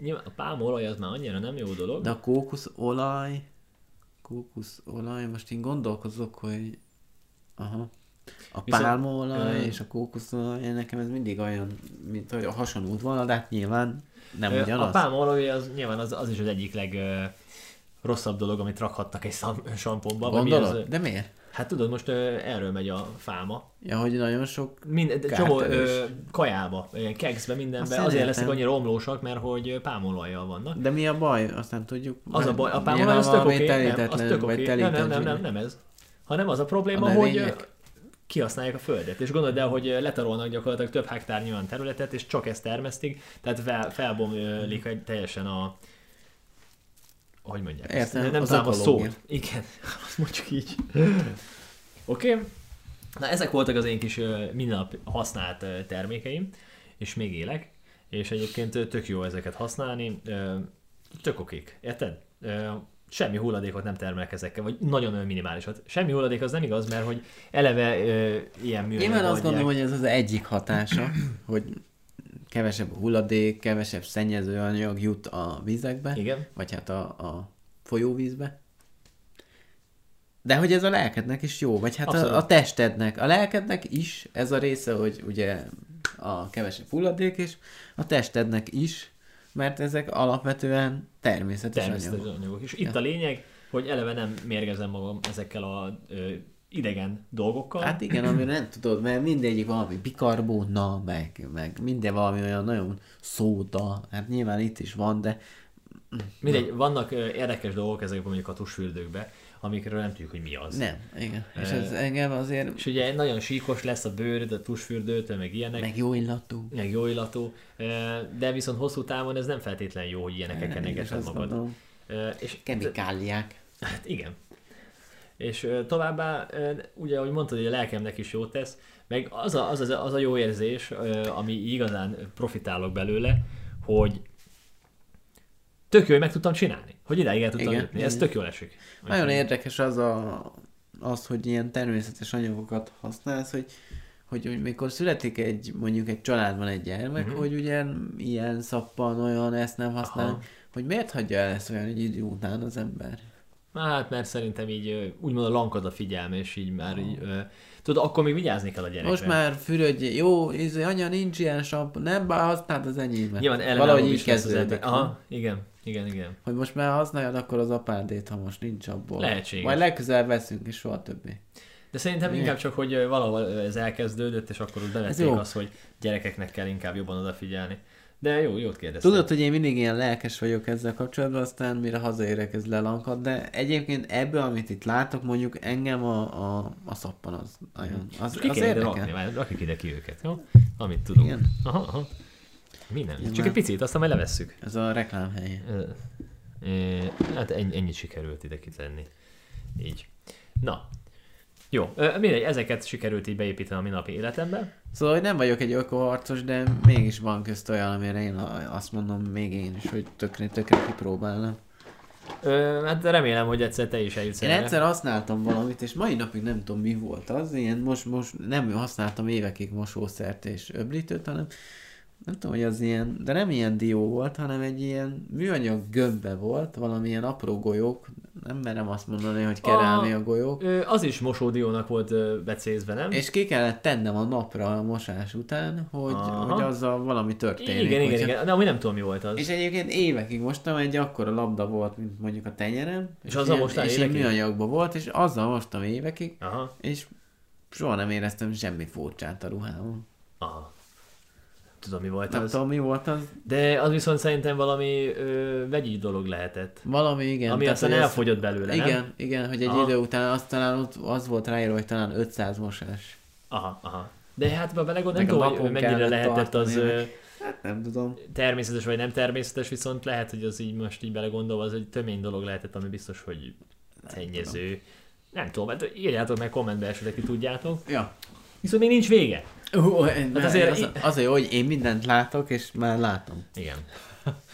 [SPEAKER 2] Nyilván a pálmaolaj az már annyira nem jó dolog.
[SPEAKER 1] De a kókuszolaj, kókuszolaj, most én gondolkozok, hogy Aha. A
[SPEAKER 2] Viszont-
[SPEAKER 1] pálmaolaj
[SPEAKER 2] Ö.
[SPEAKER 1] és a kókuszolaj, nekem ez mindig olyan, mint hogy a hason útvonal, de hát nyilván nem
[SPEAKER 2] Ö,
[SPEAKER 1] ugyanaz.
[SPEAKER 2] A pálmaolaj az nyilván az, az is az egyik leg ö, rosszabb dolog, amit rakhattak egy szam- samponba. vagy mi az, ö,
[SPEAKER 1] Gondolod? De miért?
[SPEAKER 2] Hát tudod, most ö, erről megy a fáma.
[SPEAKER 1] Ja, hogy nagyon sok...
[SPEAKER 2] Mind, de csomó ö,
[SPEAKER 1] Kártevős.
[SPEAKER 2] kajába, ilyen kekszbe, mindenbe.
[SPEAKER 1] Azt
[SPEAKER 2] Azért
[SPEAKER 1] szeretem.
[SPEAKER 2] lesznek annyira omlósak, mert hogy ö, pálmaolajjal vannak.
[SPEAKER 1] De mi a baj? Azt nem tudjuk.
[SPEAKER 2] Az a
[SPEAKER 1] Mert
[SPEAKER 2] baj, a pálmaolaj
[SPEAKER 1] nyilván
[SPEAKER 2] az tök
[SPEAKER 1] valami
[SPEAKER 2] oké, nem, az
[SPEAKER 1] telítetlen,
[SPEAKER 2] tök
[SPEAKER 1] vagy
[SPEAKER 2] oké. Nem, nem, nem,
[SPEAKER 1] telített-
[SPEAKER 2] nem, nem ez. Hanem az a probléma,
[SPEAKER 1] A
[SPEAKER 2] hogy ö,
[SPEAKER 1] növények?
[SPEAKER 2] kihasználják a földet. És gondold el, hogy ö, letarolnak gyakorlatilag több hektárnyi olyan területet, és csak ezt termesztik, tehát fel, felbomlik egy teljesen a hogy mondják, ezt?
[SPEAKER 1] Értem,
[SPEAKER 2] nem, nem
[SPEAKER 1] az
[SPEAKER 2] tudom a
[SPEAKER 1] ökológia.
[SPEAKER 2] szót. Igen, azt mondjuk így. Oké, okay. na ezek voltak az én kis ö, mindennap használt ö, termékeim, és még élek, és egyébként ö, tök jó ezeket használni, ö, tök okik, érted? Ö, Semmi hulladékot nem termelek ezekkel, vagy nagyon olyan minimálisat. Semmi hulladék az nem igaz, mert hogy eleve ö, ilyen műanyag
[SPEAKER 1] Nyilván azt
[SPEAKER 2] oldják.
[SPEAKER 1] gondolom, hogy ez az egyik hatása, hogy kevesebb hulladék, kevesebb szennyező anyag jut a vizekbe,
[SPEAKER 2] Igen.
[SPEAKER 1] vagy hát a, a folyóvízbe. De hogy ez a lelkednek is jó, vagy hát
[SPEAKER 2] Abszolút.
[SPEAKER 1] a, a testednek. A lelkednek is ez a része, hogy ugye a kevesebb hulladék is, a testednek is, mert ezek alapvetően természetes,
[SPEAKER 2] Természetes
[SPEAKER 1] anyagok.
[SPEAKER 2] anyagok. És itt a lényeg, hogy eleve nem mérgezem magam ezekkel a ö, idegen dolgokkal.
[SPEAKER 1] Hát igen, ami nem tudod, mert mindegyik valami bikarbóna, meg, meg minden valami olyan nagyon szóda, hát nyilván itt is van, de
[SPEAKER 2] Mindegy, vannak ö, érdekes dolgok ezekben mondjuk a tusfürdőkben, amikről nem tudjuk, hogy mi az.
[SPEAKER 1] nem, igen. És ez engem azért
[SPEAKER 2] És ugye nagyon síkos lesz a bőröd, a tusfürdőtől, meg ilyenek, meg,
[SPEAKER 1] meg jó illatú.
[SPEAKER 2] meg jó illatú, ö, de viszont hosszú távon ez nem feltétlen jó, hogy ilyenekkel
[SPEAKER 1] Nem, és
[SPEAKER 2] kenegeted
[SPEAKER 1] azt
[SPEAKER 2] magad.
[SPEAKER 1] mondom,
[SPEAKER 2] Ö, És
[SPEAKER 1] kemikáliák.
[SPEAKER 2] Hát igen. És ö, továbbá, ö, ugye, ahogy mondtad, hogy a lelkemnek is jót tesz, meg az a, az, a, az a jó érzés, ö, ami igazán profitálok belőle, hogy tök jó, hogy meg tudtam csinálni. Hogy idáig el tudtam
[SPEAKER 1] Igen,
[SPEAKER 2] jutni. Ez
[SPEAKER 1] igen.
[SPEAKER 2] tök jól esik.
[SPEAKER 1] Nagyon érdekes az a, az, hogy ilyen természetes anyagokat használsz, hogy hogy úgy, mikor születik egy, mondjuk egy családban egy gyermek,
[SPEAKER 2] Mhm.
[SPEAKER 1] mm-hmm. hogy ugye ilyen szappan, olyan ezt nem használ,
[SPEAKER 2] Aha.
[SPEAKER 1] hogy miért hagyja el ezt olyan egy idő után az ember?
[SPEAKER 2] Hát, mert szerintem így ö, úgymond a lankad a figyelme, és így már így, ö, tudod, akkor még vigyázni kell a gyerekre.
[SPEAKER 1] Most már fürödj, jó, izé, anya, nincs ilyen sampon, nem, bár használd az enyémet.
[SPEAKER 2] Nyilván ellenállóbb
[SPEAKER 1] Valahogy így
[SPEAKER 2] is lesz az
[SPEAKER 1] kezdődik.
[SPEAKER 2] ember.
[SPEAKER 1] Aha.
[SPEAKER 2] Aha, igen, igen, igen.
[SPEAKER 1] Hogy most már használjad akkor az apádét, ha most nincs abból.
[SPEAKER 2] Lehetséges.
[SPEAKER 1] Majd legközelebb veszünk, és soha többé.
[SPEAKER 2] De szerintem inkább csak, hogy ö, valahol ö, ez elkezdődött, és akkor úgy bevették
[SPEAKER 1] jó.
[SPEAKER 2] azt, hogy gyerekeknek kell inkább jobban odafigyelni. De jó, jót kérdeztem.
[SPEAKER 1] Tudod, hogy én mindig ilyen lelkes vagyok ezzel kapcsolatban, aztán mire hazaérek, ez lelankad, de egyébként ebből, amit itt látok, mondjuk engem a, a, a szappan az nagyon, az,
[SPEAKER 2] Hmm. Ki
[SPEAKER 1] az
[SPEAKER 2] kell ide rakni,
[SPEAKER 1] érdekel.
[SPEAKER 2] már rakjuk ide ki őket, jó? Amit tudunk.
[SPEAKER 1] Igen.
[SPEAKER 2] Aha, aha. Mi nem? Csak
[SPEAKER 1] már-
[SPEAKER 2] egy picit, aztán majd levesszük.
[SPEAKER 1] Ez a reklám helye.
[SPEAKER 2] Ö, ö, Hát ennyi, ennyit sikerült ide kitenni. Így. Na. Jó, ö, mindegy, ezeket sikerült így beépíteni a minapi életembe.
[SPEAKER 1] Szóval, hogy nem vagyok egy ökoharcos, de mégis van közt olyan, amire én a- azt mondom még én is, hogy tökre, tökre kipróbálnám.
[SPEAKER 2] Ö, Hát remélem, hogy egyszer te is eljutsz
[SPEAKER 1] Én
[SPEAKER 2] erre.
[SPEAKER 1] egyszer használtam valamit, és mai napig nem tudom mi volt az, ilyen most, most nem használtam évekig mosószert és öblítőt, hanem nem tudom, hogy az ilyen, de nem ilyen dió volt, hanem egy ilyen műanyag gömbbe volt, valamilyen apró golyók, nem merem azt mondani, hogy kerálni a golyók,
[SPEAKER 2] Ö, Az is mosódiónak volt ö, becézve, nem?
[SPEAKER 1] és ki kellett tennem a napra a mosás után, hogy,
[SPEAKER 2] Aha.
[SPEAKER 1] hogy azzal valami történik.
[SPEAKER 2] Igen, igen,
[SPEAKER 1] hogyha-
[SPEAKER 2] igen, igen. De ami nem tudom, mi volt az.
[SPEAKER 1] És egyébként évekig mostam, egy akkora labda volt, mint mondjuk a tenyerem.
[SPEAKER 2] És azzal
[SPEAKER 1] ilyen-
[SPEAKER 2] mostál
[SPEAKER 1] És ilyen
[SPEAKER 2] évekig?
[SPEAKER 1] műanyagban volt, és azzal mostam évekig,
[SPEAKER 2] Aha,
[SPEAKER 1] és soha nem éreztem semmi furcsát a ruhámon.
[SPEAKER 2] aha. Tudom, mi volt
[SPEAKER 1] Nem
[SPEAKER 2] az.
[SPEAKER 1] tudom, mi volt az.
[SPEAKER 2] De az viszont szerintem valami ö, vegyi dolog lehetett.
[SPEAKER 1] Valami, igen.
[SPEAKER 2] Ami aztán
[SPEAKER 1] hogy az-
[SPEAKER 2] elfogyott belőle, nem?
[SPEAKER 1] Igen, igen, hogy egy
[SPEAKER 2] Aha.
[SPEAKER 1] idő után azt talán ott az volt ráírva, hogy talán 500 mosás.
[SPEAKER 2] Aha, aha. De hát ha
[SPEAKER 1] Meg
[SPEAKER 2] belegondolom, nem
[SPEAKER 1] a
[SPEAKER 2] tudom, hogy
[SPEAKER 1] napon
[SPEAKER 2] mennyire
[SPEAKER 1] kellett
[SPEAKER 2] lehetett az
[SPEAKER 1] tartani,
[SPEAKER 2] ö,
[SPEAKER 1] Hát nem tudom.
[SPEAKER 2] természetes vagy nem természetes, viszont lehet, hogy az így most így belegondolva, az egy tömény dolog lehetett, ami biztos, hogy szennyező. Nem tudom, hát írjátok meg kommentbe esetleg, ki tudjátok.
[SPEAKER 1] Ja.
[SPEAKER 2] Viszont még nincs vége.
[SPEAKER 1] Ó, hát
[SPEAKER 2] azért
[SPEAKER 1] azért az, az a jó, hogy én mindent látok, és már látom.
[SPEAKER 2] Igen.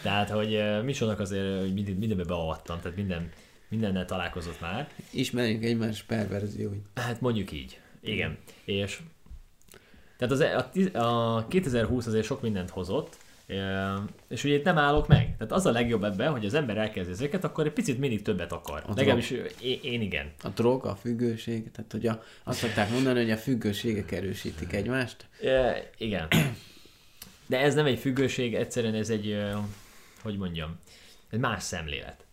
[SPEAKER 2] Tehát, hogy ö, Misónak azért hogy minden, mindenbe beavattam, tehát minden, mindennel találkozott már.
[SPEAKER 1] Ismerjük egymás perverzióit.
[SPEAKER 2] Hát mondjuk így. e- Igen. És tehát az, a, tiz- a 2020 azért sok mindent hozott, Ö, És ugye itt nem állok meg. Tehát az a legjobb ebben, hogy az ember elkezdi ezeket, akkor egy picit mindig többet akar.
[SPEAKER 1] van.
[SPEAKER 2] Legalábbis én, én igen.
[SPEAKER 1] A drog, a függőség, tehát hogy a, azt szokták mondani, hogy a függőségek erősítik egymást.
[SPEAKER 2] E, igen. De ez nem egy függőség, egyszerűen ez egy, ö, hogy mondjam, egy más szemlélet.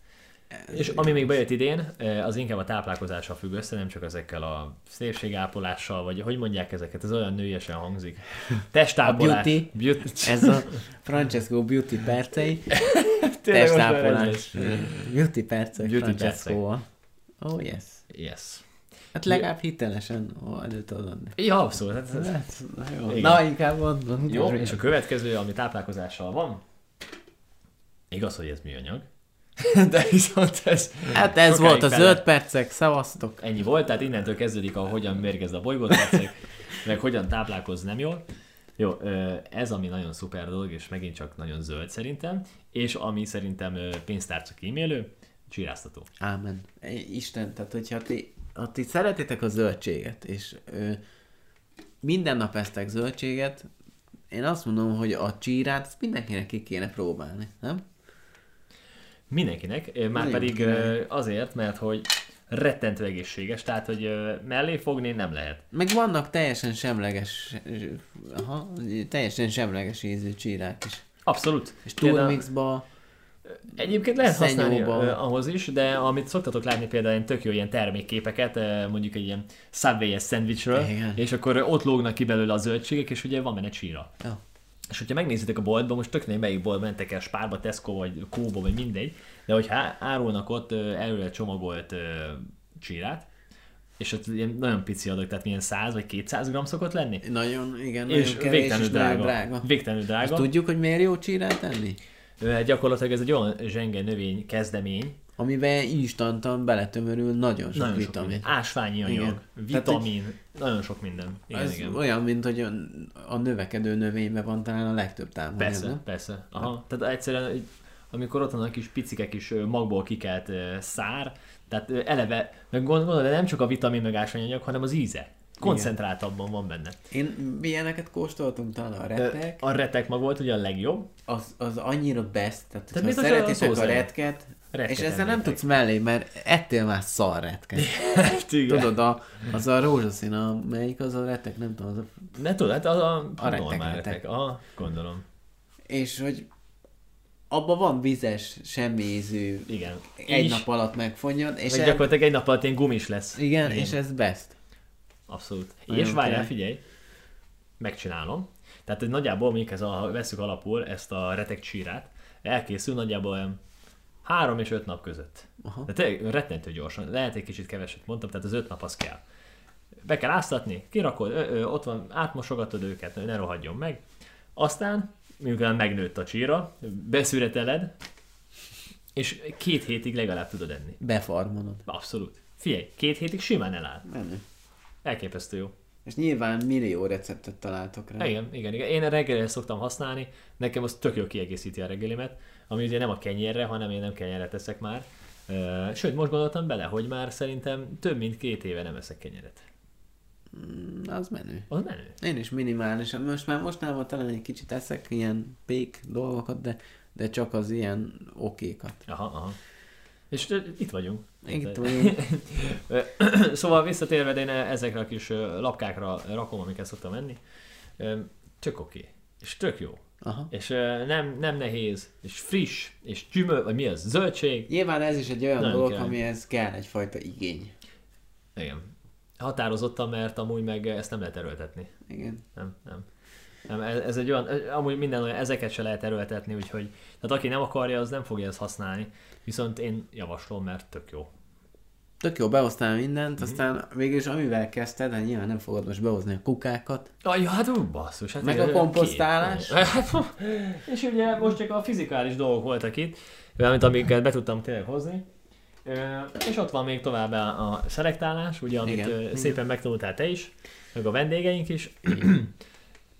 [SPEAKER 2] És ami még bejött idén, ö, az inkább a táplálkozással függ össze, nem csak ezekkel a szépségápolással, vagy hogy mondják ezeket, ez olyan nőiesen hangzik. Testápolás.
[SPEAKER 1] A beauty.
[SPEAKER 2] beauty.
[SPEAKER 1] Ez a Francesco Beauty percei,
[SPEAKER 2] Tényleg most már ez lesz.
[SPEAKER 1] testápolás. Beauty percei
[SPEAKER 2] Beauty
[SPEAKER 1] Francesco-val. Oh yes.
[SPEAKER 2] Yes.
[SPEAKER 1] Hát legalább hitelesen elő tudod adni.
[SPEAKER 2] Ja, abszolút. Hát, ez-
[SPEAKER 1] Na, jó.
[SPEAKER 2] Igen.
[SPEAKER 1] Na inkább mondom.
[SPEAKER 2] Jó, és a következő, ami táplálkozással van, igaz, hogy ez műanyag, de viszont ez...
[SPEAKER 1] Hát ez
[SPEAKER 2] sokáig
[SPEAKER 1] volt az
[SPEAKER 2] fele-
[SPEAKER 1] 5 percek, szavaztok.
[SPEAKER 2] Ennyi volt, tehát innentől kezdődik a hogyan mérgez a bolygót, tetszik, meg hogyan táplálkozz nem jól. Jó, ö, ez ami nagyon szuper dolog, és megint csak nagyon zöld szerintem, és ami szerintem ö, pénztárca kímélő, csiráztató.
[SPEAKER 1] Ámen. Isten, tehát hogyha ti, ha ti szeretitek a zöldséget, és ö, minden nap esztek zöldséget, én azt mondom, hogy a csírát ezt mindenkinek ki kéne próbálni, nem?
[SPEAKER 2] Mindenkinek, ö, már pedig
[SPEAKER 1] Mindenkinek.
[SPEAKER 2] ö, azért, mert hogy rettentő egészséges, tehát hogy ö, mellé fogni nem lehet.
[SPEAKER 1] Meg vannak teljesen semleges, aha, teljesen semleges ízű csírák is.
[SPEAKER 2] Abszolút.
[SPEAKER 1] És
[SPEAKER 2] Például-
[SPEAKER 1] turmixba,
[SPEAKER 2] Egyébként lehet használni
[SPEAKER 1] Szenyóban.
[SPEAKER 2] ö, ahhoz is, de amit szoktatok látni például ilyen tök jó ilyen termékképeket, ö, mondjuk egy ilyen subway szendvicsről,
[SPEAKER 1] Igen.
[SPEAKER 2] és akkor ott lógnak ki belőle a zöldségek, és ugye van benne csíra.
[SPEAKER 1] ja.
[SPEAKER 2] És hogyha megnézitek a boltba, most tök nem melyik bolt mentek el, Spárba, Tesco vagy Kóba, vagy mindegy, de hogyha á- árulnak ott ö, előre csomagolt ö, csírát, és ott ilyen nagyon pici adag, tehát milyen 100 vagy 200 gram szokott lenni,
[SPEAKER 1] nagyon, igen, nagyon
[SPEAKER 2] és
[SPEAKER 1] és kevés,
[SPEAKER 2] végtelenül
[SPEAKER 1] és drága.
[SPEAKER 2] drága.
[SPEAKER 1] drága.
[SPEAKER 2] Végtelenül
[SPEAKER 1] És
[SPEAKER 2] drága.
[SPEAKER 1] tudjuk, hogy miért jó csírát enni?
[SPEAKER 2] Ö, hát Gyakorlatilag ez egy olyan zsenge növény kezdemény,
[SPEAKER 1] Amiben instantan beletömörül nagyon sok
[SPEAKER 2] Nagyon sok
[SPEAKER 1] vitamin.
[SPEAKER 2] minden. Ásványi anyag,
[SPEAKER 1] Igen.
[SPEAKER 2] vitamin, nagyon sok minden. Igen,
[SPEAKER 1] Ez
[SPEAKER 2] igen.
[SPEAKER 1] olyan, mint hogy a, a növekedő növényben van talán a legtöbb támanyag,
[SPEAKER 2] Persze,
[SPEAKER 1] nem? Hát-
[SPEAKER 2] persze. Aha. Tehát egyszerűen, így, amikor ott vannak kis picike kis ö, magból kikelt ö, szár, tehát ö, eleve, meg gond- gondolod, de nem csak a vitamin meg ásványanyag, hanem az íze. Koncentráltabban van benne.
[SPEAKER 1] Én ilyeneket kóstoltunk talán a retek,
[SPEAKER 2] A retek mag volt ugye a legjobb.
[SPEAKER 1] az, az annyira best, tehát,
[SPEAKER 2] Tehát
[SPEAKER 1] ha
[SPEAKER 2] mint az a
[SPEAKER 1] szeretitek a,
[SPEAKER 2] szózene.
[SPEAKER 1] retket,
[SPEAKER 2] Retket
[SPEAKER 1] és ezzel nem
[SPEAKER 2] említek.
[SPEAKER 1] tudsz mellé, mert ettél már szar retket. Hát,
[SPEAKER 2] Igen.
[SPEAKER 1] Tudod, a, az a rózsaszín, a, melyik az a retek, nem tudom, az a
[SPEAKER 2] Ne tudod, hát az a,
[SPEAKER 1] A retek,
[SPEAKER 2] normál
[SPEAKER 1] retek.
[SPEAKER 2] retek. Aha, gondolom.
[SPEAKER 1] És hogy abban van vizes, semmi ízű,
[SPEAKER 2] Igen.
[SPEAKER 1] egy
[SPEAKER 2] Is,
[SPEAKER 1] nap alatt megfonjon, és,
[SPEAKER 2] Meg
[SPEAKER 1] el,
[SPEAKER 2] gyakorlatilag egy nap alatt ilyen gumis lesz.
[SPEAKER 1] igen, és ez best.
[SPEAKER 2] Abszolút.
[SPEAKER 1] Nagyon
[SPEAKER 2] és várjál,
[SPEAKER 1] király.
[SPEAKER 2] figyelj, megcsinálom. Tehát hogy nagyjából mondjuk ez a, ha veszük alapul ezt a retek csírát, elkészül nagyjából olyan három és öt nap között. Aha.
[SPEAKER 1] Aha.
[SPEAKER 2] De tényleg rettentő gyorsan. Lehet egy kicsit keveset mondtam, tehát az öt nap az kell. Be kell áztatni, kirakod, ö, ö, ott van, átmosogatod őket, ne rohadjon meg. Aztán, miután megnőtt a csíra, beszüreteled, és két hétig legalább tudod enni.
[SPEAKER 1] Befarmonod.
[SPEAKER 2] Abszolút. Figyelj, két hétig simán eláll.
[SPEAKER 1] Menő.
[SPEAKER 2] Elképesztő jó.
[SPEAKER 1] És nyilván millió receptet találtok rá.
[SPEAKER 2] Igen, igen, igen. Én reggelre szoktam használni, nekem az tök jól kiegészíti a reggelimet, ami ugye nem a kenyérre, hanem én nem kenyérre teszek már. Ö, Sőt, most gondoltam bele, hogy már szerintem több mint két éve nem eszek kenyeret.
[SPEAKER 1] Az menő.
[SPEAKER 2] Az menő.
[SPEAKER 1] Én is minimálisan. Most már mostanában talán egy kicsit eszek ilyen pék dolgokat, de, de csak az ilyen okékat.
[SPEAKER 2] Aha, aha. És ö, itt vagyunk.
[SPEAKER 1] Itt vagyunk.
[SPEAKER 2] Ö, szóval visszatérve, de én ezekre a kis ö, lapkákra rakom, amiket szoktam enni. Ö, Tök oké. És tök jó.
[SPEAKER 1] Aha.
[SPEAKER 2] És ö, nem, nem nehéz, és friss, és gyümöl, vagy mi az, zöldség.
[SPEAKER 1] Nyilván ez is egy olyan
[SPEAKER 2] Nagyon
[SPEAKER 1] dolog,
[SPEAKER 2] király.
[SPEAKER 1] amihez kell egyfajta igény.
[SPEAKER 2] Igen. Határozottan, mert amúgy meg ezt nem lehet erőltetni.
[SPEAKER 1] Igen.
[SPEAKER 2] Nem, nem. nem ez, ez egy olyan, amúgy minden olyan, ezeket se lehet erőltetni, úgyhogy, tehát aki nem akarja, az nem fogja ezt használni. Viszont én javaslom, mert tök jó.
[SPEAKER 1] Tök jó, behoztál mindent, aztán mégis amivel kezdted, hát nyilván nem fogod most behozni a kukákat,
[SPEAKER 2] Aj, ja, hát ú, basszus. Hát
[SPEAKER 1] Meg
[SPEAKER 2] igen,
[SPEAKER 1] a komposztálás.
[SPEAKER 2] két. Hát, És ugye most csak a fizikális dolgok voltak itt, valamint amiket be tudtam tényleg hozni. Ö, És ott van még továbbá a szelektálás, ugye, amit
[SPEAKER 1] Igen. Mhm.
[SPEAKER 2] Igen. szépen megtanultál te is, meg a vendégeink is.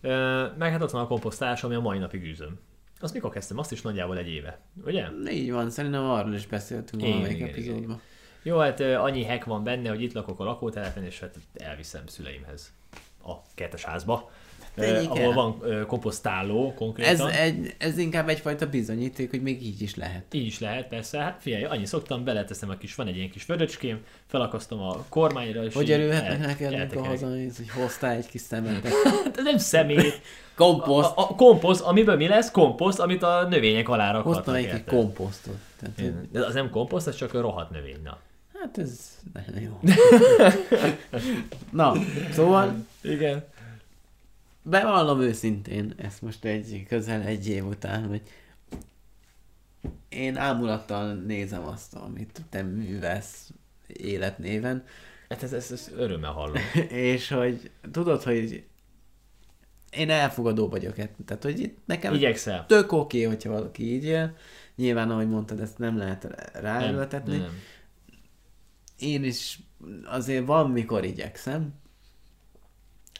[SPEAKER 2] Ö, meg hát ott van a komposztálás, ami a mai napig űzöm. Azt mikor kezdtem? Azt is nagyjából egy éve, ugye?
[SPEAKER 1] Így van, szerintem arról is beszéltünk
[SPEAKER 2] Igen,
[SPEAKER 1] valamelyik
[SPEAKER 2] igen,
[SPEAKER 1] epizódban.
[SPEAKER 2] Jó, hát ö, annyi hek van benne, hogy itt lakok a lakótelepen, és hát elviszem szüleimhez a kettes házba. eh,
[SPEAKER 1] Tegyék el.
[SPEAKER 2] ahol van eh, komposztáló
[SPEAKER 1] Ez,
[SPEAKER 2] konkrétan. Ez,
[SPEAKER 1] egy, ez inkább egyfajta bizonyíték, hogy még így is lehet.
[SPEAKER 2] Így is lehet, persze. Hát figyelj, annyi szoktam, beleteszem a kis, van egy ilyen kis vödöcském, felakasztom a kormányra, és
[SPEAKER 1] Hogy
[SPEAKER 2] így
[SPEAKER 1] örülhetnek
[SPEAKER 2] el-
[SPEAKER 1] neked, amikor
[SPEAKER 2] eltekerek.
[SPEAKER 1] hazamész, hogy hoztál egy kis szemetet?
[SPEAKER 2] Hát ez nem szemét.
[SPEAKER 1] Komposzt.
[SPEAKER 2] A, a komposzt, amiből mi lesz? Komposzt, amit a növények alá
[SPEAKER 1] Hoztam
[SPEAKER 2] rakhatnak.
[SPEAKER 1] egy kis
[SPEAKER 2] érted?
[SPEAKER 1] komposztot. Tehát, hogy-
[SPEAKER 2] Igen. De az nem komposzt, az csak a rohadt növény. Na.
[SPEAKER 1] hát ez nagyon jó. Na, szóval
[SPEAKER 2] Igen.
[SPEAKER 1] bevallom őszintén, ezt most egy, közel egy év után, hogy én ámulattal nézem azt, amit te művelsz életnéven,
[SPEAKER 2] Hát ez, ez, ez örömmel hallom.
[SPEAKER 1] és hogy tudod, hogy én elfogadó vagyok, e- tehát hogy itt nekem
[SPEAKER 2] Igyekszel.
[SPEAKER 1] tök oké, okay, hogyha valaki így él. Nyilván, ahogy mondtad, ezt nem lehet ráerőltetni.
[SPEAKER 2] nem.
[SPEAKER 1] Én is azért van, mikor igyekszem,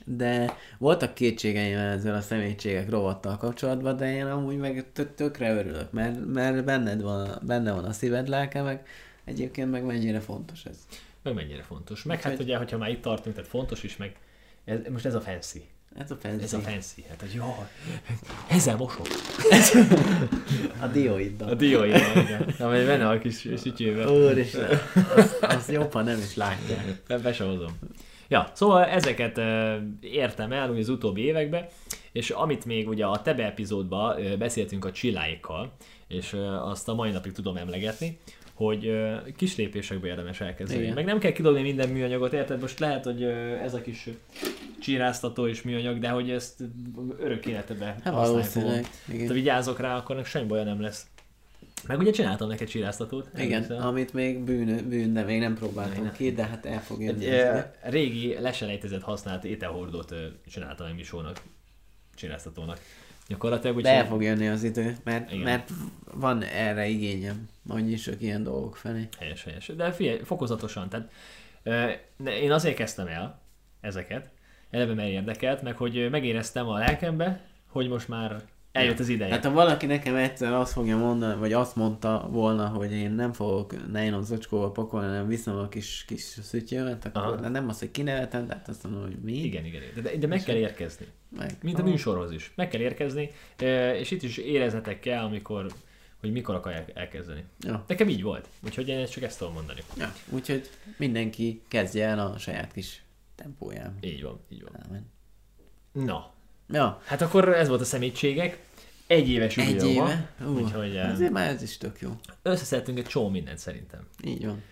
[SPEAKER 1] de voltak kétségeim ezzel a személységek rovattal kapcsolatban, de én amúgy meg tök- tökre örülök, mert, mert benned van, benne van a szíved lelke, meg egyébként meg mennyire fontos ez.
[SPEAKER 2] Meg mennyire fontos. Meg hát
[SPEAKER 1] Hogy-
[SPEAKER 2] ugye, hogyha már itt tartunk, tehát fontos is, meg ez, most ez a fancy.
[SPEAKER 1] Ez a fancy.
[SPEAKER 2] Ez a fancy. Hát, hogy jó, ezzel mosok.
[SPEAKER 1] a dióiddal.
[SPEAKER 2] A diója. igen. Amely benne a kis sütjével.
[SPEAKER 1] Úristen, azt, azt jobb, ha nem is látják.
[SPEAKER 2] Nem, Be sem hozom. Ja, szóval ezeket ö, értem el ugye az utóbbi években, és amit még ugye a Tebe epizódban ö, beszéltünk a csilláikkal, és ö, azt a mai napig tudom emlegetni, hogy ö, kis lépésekbe érdemes elkezdeni.
[SPEAKER 1] Igen.
[SPEAKER 2] Meg nem kell kidobni minden műanyagot, érted? Most lehet, hogy ö, ez a kis csiráztató is műanyag, de hogy ezt örök életedbe
[SPEAKER 1] Hát
[SPEAKER 2] használni fogom.
[SPEAKER 1] valószínűleg, igen.
[SPEAKER 2] Ha vigyázok rá, akkor nek semmi baja nem lesz. Meg ugye csináltam neked csiráztatót.
[SPEAKER 1] Igen,
[SPEAKER 2] emlékszel?
[SPEAKER 1] amit még bűn, bűn de még nem próbáltam ki, de hát el fog jönni.
[SPEAKER 2] Egy
[SPEAKER 1] az idő.
[SPEAKER 2] e, régi, leselejtezett használt ételhordót ö, csináltam egy misónak, csináltatónak. Gyakorlatilag,
[SPEAKER 1] De el
[SPEAKER 2] úgyhogy
[SPEAKER 1] fog jönni az idő, mert,
[SPEAKER 2] Igen.
[SPEAKER 1] mert van erre igényem, hogy nyissok ilyen dolgok felé.
[SPEAKER 2] helyes, helyes. De figyelj, fokozatosan, tehát ö, ne- én azért kezdtem el ezeket, eleve mert érdekelt, meg hogy ö, megéreztem a lelkembe, hogy most már eljött az ideje.
[SPEAKER 1] Hát ha valaki nekem egyszer azt fogja mondani, vagy azt mondta volna, hogy én nem fogok nejlon zacskóval pakolni, hanem viszem a kis, kis szütyőmet, akkor
[SPEAKER 2] Aha.
[SPEAKER 1] de nem azt, hogy kinevetem, de hát azt mondom, hogy mi.
[SPEAKER 2] igen, igen, igen. de, de meg kell érkezni.
[SPEAKER 1] Meg,
[SPEAKER 2] Mint a műsorhoz is. Meg kell érkezni, ö, és itt is éreznetek kell, amikor, hogy mikor akarják elkezdeni.
[SPEAKER 1] Ja.
[SPEAKER 2] Nekem így volt, úgyhogy én ezt csak ezt tudom mondani.
[SPEAKER 1] Ja, úgyhogy mindenki kezdje el a saját kis tempóján.
[SPEAKER 2] Így van, így van.
[SPEAKER 1] Amen.
[SPEAKER 2] Na,
[SPEAKER 1] Ja,
[SPEAKER 2] Hát akkor ez volt a szemétségek. Egy éves
[SPEAKER 1] egy
[SPEAKER 2] jubileuma.
[SPEAKER 1] éve. Ú,
[SPEAKER 2] Úgyhogy eh,
[SPEAKER 1] Azért már ez is tök jó.
[SPEAKER 2] összeszedtünk egy csomó mindent szerintem.
[SPEAKER 1] Így van.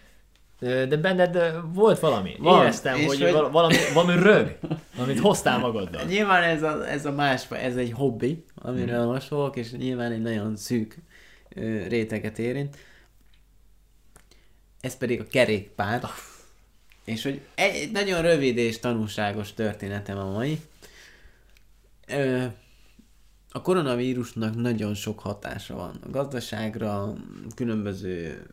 [SPEAKER 2] Ö, De benned ö, volt valami.
[SPEAKER 1] Van,
[SPEAKER 2] Éreztem,
[SPEAKER 1] és
[SPEAKER 2] hogy,
[SPEAKER 1] hogy-
[SPEAKER 2] val- valami, valami rög, amit hoztál magaddal.
[SPEAKER 1] Nyilván ez a, ez a más, ez egy hobbi, amiről hmm. most fogok, és nyilván egy nagyon szűk ö, réteget érint. Ez pedig a kerékpár. És hogy egy, egy nagyon rövid és tanulságos történetem a mai. Ö, a koronavírusnak nagyon sok hatása van a gazdaságra, különböző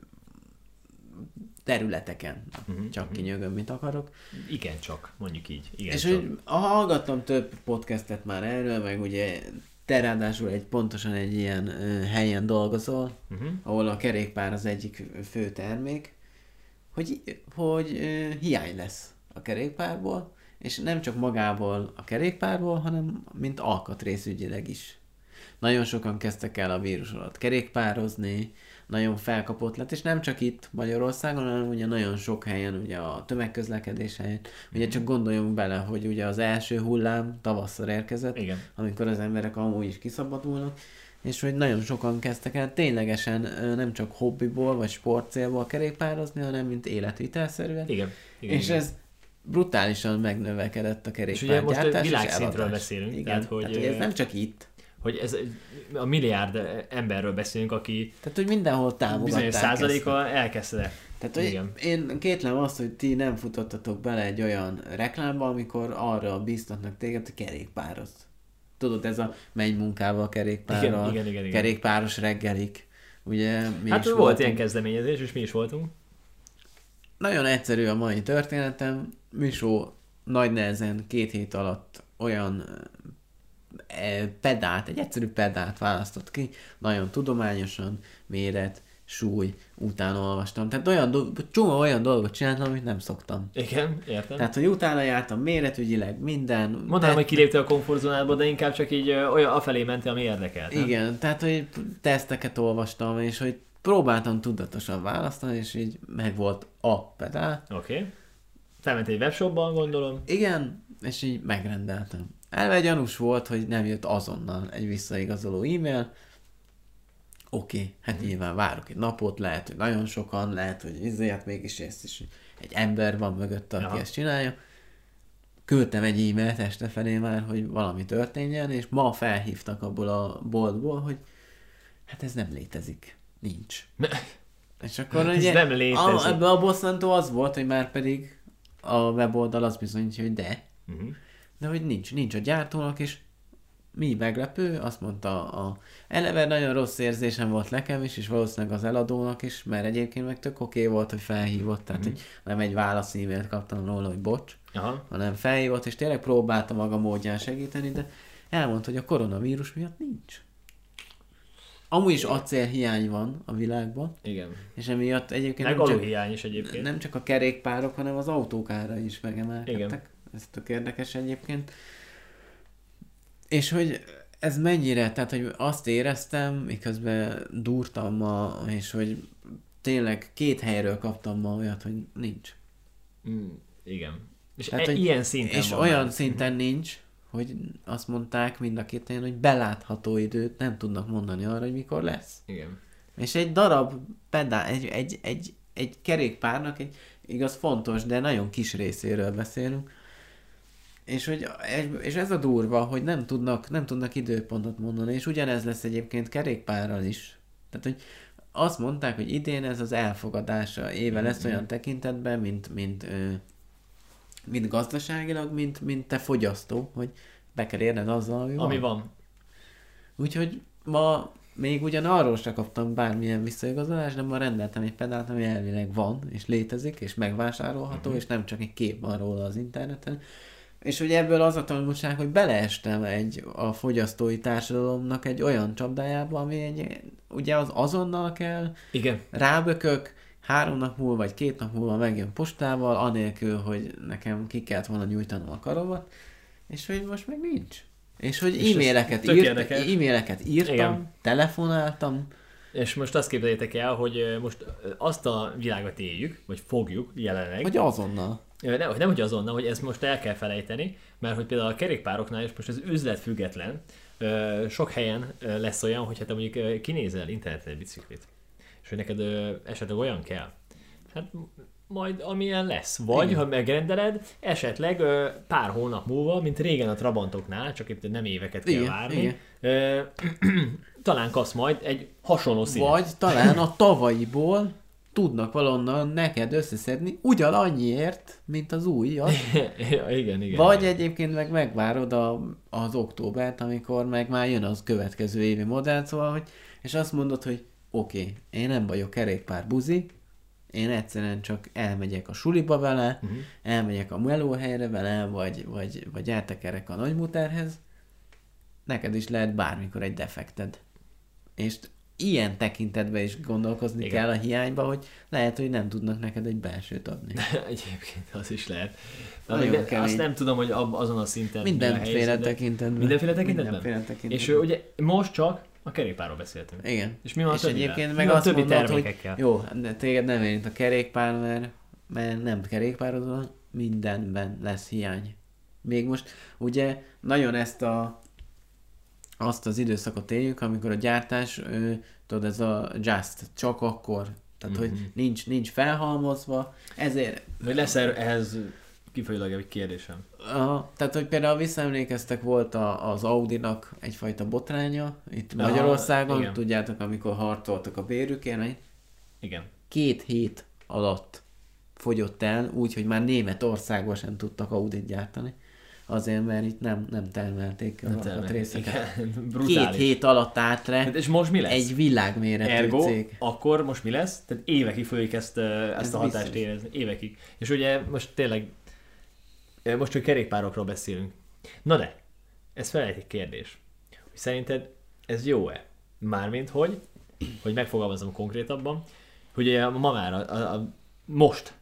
[SPEAKER 1] területeken. Csak kinyögöm, mit akarok.
[SPEAKER 2] Igen csak, mondjuk így. Igen
[SPEAKER 1] És
[SPEAKER 2] csak.
[SPEAKER 1] hogy hallgattam több podcastet már erről, meg ugye te ráadásul egy, pontosan egy ilyen ö, helyen dolgozol, uh-huh. ahol a kerékpár az egyik fő termék, hogy, hogy ö, hiány lesz a kerékpárból, és nem csak magából a kerékpárból, hanem mint alkatrészügyileg is. Nagyon sokan kezdtek el a vírus alatt kerékpározni, nagyon felkapott lett, és nem csak itt Magyarországon, hanem ugye nagyon sok helyen, ugye a tömegközlekedés helyen. Ugye csak gondoljunk bele, hogy ugye az első hullám tavasszal érkezett,
[SPEAKER 2] Igen.
[SPEAKER 1] amikor az emberek amúgy is kiszabadulnak, és hogy nagyon sokan kezdtek el ténylegesen ö, nem csak hobbiból vagy sportcélból kerékpározni, hanem mint életvitelszerűen.
[SPEAKER 2] Igen, igen,
[SPEAKER 1] és
[SPEAKER 2] igen.
[SPEAKER 1] ez brutálisan megnövekedett a kerékpár.
[SPEAKER 2] És ugye most
[SPEAKER 1] gyártás
[SPEAKER 2] világszintről
[SPEAKER 1] és eladás.
[SPEAKER 2] beszélünk,
[SPEAKER 1] Igen.
[SPEAKER 2] tehát, hogy,
[SPEAKER 1] tehát, hogy ez
[SPEAKER 2] ö,
[SPEAKER 1] nem csak itt.
[SPEAKER 2] Hogy ez egy- a milliárd emberről beszélünk, aki
[SPEAKER 1] Tehát, hogy mindenhol támogatták
[SPEAKER 2] bizonyos
[SPEAKER 1] ezt.
[SPEAKER 2] százaléka elkezdte.
[SPEAKER 1] Tehát hogy
[SPEAKER 2] Igen.
[SPEAKER 1] én kétlem azt, hogy ti nem futottatok bele egy olyan reklámba, amikor arra bíztatnak téged, hogy kerékpározz. Tudod, ez a menj munkába a kerékpárral,
[SPEAKER 2] Igen, igen, igen, igen.
[SPEAKER 1] kerékpáros reggelik. Ugye, mi
[SPEAKER 2] Hát
[SPEAKER 1] is
[SPEAKER 2] volt
[SPEAKER 1] voltunk.
[SPEAKER 2] ilyen kezdeményezés, és mi is voltunk.
[SPEAKER 1] Nagyon egyszerű a mai történetem. Misó nagy nehezen két hét alatt olyan eh, pedát, egy egyszerű pedát választott ki, nagyon tudományosan, méret, súly után olvastam. Tehát olyan do- csomó olyan dolgot csináltam, amit nem szoktam.
[SPEAKER 2] Igen, értem.
[SPEAKER 1] Tehát, hogy utána jártam méretügyileg, minden.
[SPEAKER 2] Mondanám, hogy kilépte a komfortzónádból, de inkább csak így ö, olyan afelé mentél, ami érdekelt. nem?
[SPEAKER 1] Igen, tehát, hogy teszteket olvastam, és hogy próbáltam tudatosan választani, és így megvolt a pedál.
[SPEAKER 2] Oké. Okay. Felmentél egy webshopban, gondolom.
[SPEAKER 1] Igen, és így megrendeltem. Elve gyanús volt, hogy nem jött azonnal egy visszaigazoló e-mail. Oké, okay, hát nyilván várok egy napot, lehet, hogy nagyon sokan, lehet, hogy izé, hát mégis ezt is egy ember van mögötte, aki
[SPEAKER 2] Aha.
[SPEAKER 1] ezt csinálja. Küldtem egy e-mailt este felé már, hogy valami történjen, és ma felhívtak abból a boltból, hogy hát ez nem létezik. Nincs. És akkor
[SPEAKER 2] Ez
[SPEAKER 1] ugye
[SPEAKER 2] nem létezik.
[SPEAKER 1] A, ebben a bosszantó az volt, hogy már pedig a weboldal az bizonyítja, hogy de.
[SPEAKER 2] Uh-huh.
[SPEAKER 1] De hogy nincs, nincs a gyártónak, és mi meglepő, azt mondta a... Eleve nagyon rossz érzésem volt nekem is, és valószínűleg az eladónak is, mert egyébként meg tök oké okay volt, hogy felhívott, tehát
[SPEAKER 2] Mhm.
[SPEAKER 1] hogy nem egy válasz e-mailt kaptam róla, hogy bocs,
[SPEAKER 2] Aha.
[SPEAKER 1] hanem felhívott, és tényleg próbálta maga módján segíteni, de elmondta, hogy a koronavírus miatt nincs. Amúgy is acélhiány van a világban,
[SPEAKER 2] Igen.
[SPEAKER 1] és emiatt egyébként
[SPEAKER 2] Meg
[SPEAKER 1] nem csak,
[SPEAKER 2] aluhiány is egyébként.
[SPEAKER 1] nem csak a kerékpárok, hanem az autók ára is megemelkedtek.
[SPEAKER 2] Igen.
[SPEAKER 1] Ez tök érdekes egyébként. És hogy ez mennyire, tehát hogy azt éreztem, miközben durtam ma, és hogy tényleg két helyről kaptam ma olyat, hogy nincs.
[SPEAKER 2] Mm, igen. És
[SPEAKER 1] Tehát,
[SPEAKER 2] Tehát,
[SPEAKER 1] Hát,
[SPEAKER 2] e-
[SPEAKER 1] hogy-
[SPEAKER 2] ilyen szinten
[SPEAKER 1] és
[SPEAKER 2] van Mhm.
[SPEAKER 1] olyan
[SPEAKER 2] már.
[SPEAKER 1] szinten nincs, hogy azt mondták mind a két helyen, hogy belátható időt nem tudnak mondani arra, hogy mikor lesz.
[SPEAKER 2] Igen.
[SPEAKER 1] És egy darab pedál, egy, egy, egy, egy kerékpárnak egy igaz fontos, de nagyon kis részéről beszélünk. És, hogy, és ez a durva, hogy nem tudnak, nem tudnak időpontot mondani, és ugyanez lesz egyébként kerékpárral is. Tehát, hogy azt mondták, hogy idén ez az elfogadása éve lesz olyan tekintetben, mint, mint, ö, mint gazdaságilag, mint, mint te fogyasztó, hogy be kell érned azzal, ami,
[SPEAKER 2] Ami van.
[SPEAKER 1] Úgyhogy ma még ugyan arról se kaptam bármilyen visszaigazolást, de ma rendeltem egy pedált, ami elvileg van, és létezik, és megvásárolható, uh-huh. és nem csak egy kép van róla az interneten. És hogy ebből az a tanulság, hogy beleestem egy a fogyasztói társadalomnak egy olyan csapdájába, ami egy, ugye az azonnal kell,
[SPEAKER 2] Igen.
[SPEAKER 1] rábökök, három nap múlva vagy két nap múlva megjön postával, anélkül, hogy nekem ki kellett volna nyújtanom a karomat, és hogy most meg nincs. És hogy
[SPEAKER 2] ez
[SPEAKER 1] e-maileket,
[SPEAKER 2] tök
[SPEAKER 1] írt,
[SPEAKER 2] érdekes.
[SPEAKER 1] e-maileket írtam,
[SPEAKER 2] Igen.
[SPEAKER 1] telefonáltam,
[SPEAKER 2] És most azt képzeljétek el, hogy ö, most ö, azt a világot éljük, vagy fogjuk jelenleg.
[SPEAKER 1] hogy azonnal.
[SPEAKER 2] Ö, Nem, nem hogy azonnal, hogy ezt most el kell felejteni, mert hogy például a kerékpároknál is most az üzlet független, ö, sok helyen ö, lesz olyan, hogy hát te mondjuk ö, kinézel interneten egy biciklit, és hogy neked ö, esetleg olyan kell. Hát m- majd amilyen lesz. Vagy,
[SPEAKER 1] Igen.
[SPEAKER 2] ha megrendeled, esetleg ö, pár hónap múlva, mint régen a Trabantoknál, csak itt nem éveket kell
[SPEAKER 1] Igen,
[SPEAKER 2] várni,
[SPEAKER 1] igen.
[SPEAKER 2] Ö, talán kapsz majd egy hasonló színet.
[SPEAKER 1] Vagy talán a tavalyiból tudnak valonnan neked összeszedni ugyanannyiért, mint az újat.
[SPEAKER 2] Ja, igen, igen.
[SPEAKER 1] Vagy
[SPEAKER 2] igen.
[SPEAKER 1] egyébként meg megvárod a, az októbert, amikor meg már jön az következő évi modell, szóval, hogy, és azt mondod, hogy oké, okay, én nem vagyok kerékpár buzi, én egyszerűen csak elmegyek a suliba vele, uh-huh. elmegyek a melóhelyre vele, vagy, vagy, vagy eltekerek a nagymuterhez, neked is lehet bármikor egy defekted. És ilyen tekintetben is gondolkozni Igen.
[SPEAKER 2] Igen.
[SPEAKER 1] kell a hiányba, hogy lehet, hogy nem tudnak neked egy belsőt adni.
[SPEAKER 2] Egyébként az is lehet. De
[SPEAKER 1] Nagyon
[SPEAKER 2] még ne,
[SPEAKER 1] kemény.
[SPEAKER 2] azt nem tudom, hogy ab, azon a szinten... mi a
[SPEAKER 1] Mindenféle
[SPEAKER 2] helyzet, de-
[SPEAKER 1] tekintetben.
[SPEAKER 2] Mindenféle tekintetben?
[SPEAKER 1] Mindenféle tekintetben.
[SPEAKER 2] És ö, ugye most csak a kerékpárról beszéltünk.
[SPEAKER 1] Igen.
[SPEAKER 2] És mi van a
[SPEAKER 1] és
[SPEAKER 2] többivel?
[SPEAKER 1] egyébként
[SPEAKER 2] Mi
[SPEAKER 1] meg
[SPEAKER 2] van a
[SPEAKER 1] azt
[SPEAKER 2] többi
[SPEAKER 1] mondod, hogy
[SPEAKER 2] termékekkel?
[SPEAKER 1] jó, de téged nem érint a kerékpár, mert, mert nem kerékpározol, mindenben lesz hiány. Még most ugye nagyon ezt a azt az időszakot éljük, amikor a gyártás, ő, tudod, ez a just, csak akkor. Tehát, mm-hmm.
[SPEAKER 2] Mhm.
[SPEAKER 1] hogy nincs, nincs felhalmozva, ezért
[SPEAKER 2] Hogy lesz erre, ehhez kifolyólag egy kérdésem.
[SPEAKER 1] Aha, tehát, hogy például visszaemlékeztek, volt a, az Audinak egyfajta botránya itt
[SPEAKER 2] Aha,
[SPEAKER 1] Magyarországon,
[SPEAKER 2] igen.
[SPEAKER 1] tudjátok, amikor harcoltak a bérükért, hogy
[SPEAKER 2] Igen.
[SPEAKER 1] két hét alatt fogyott el, úgy, hogy már Németországban sem tudtak Audit gyártani. Azért, mert itt nem, nem termelték nem a termelték. részeket.
[SPEAKER 2] Igen.
[SPEAKER 1] Két
[SPEAKER 2] Brutális.
[SPEAKER 1] hét alatt állt
[SPEAKER 2] Hát
[SPEAKER 1] re
[SPEAKER 2] És most mi lesz?
[SPEAKER 1] egy világméretű
[SPEAKER 2] Ergo,
[SPEAKER 1] cég.
[SPEAKER 2] akkor most mi lesz? Tehát évekig fogjuk ezt, ö, ezt a hatást
[SPEAKER 1] biztos.
[SPEAKER 2] érezni. Évekig. És ugye most tényleg, ö, most csak kerékpárokról beszélünk. Na de, ez felejt egy kérdés. Hogy szerinted ez jó-e? Mármint, hogy hogy megfogalmazom konkrétabban, hogy ugye ma már, a, a, a, most,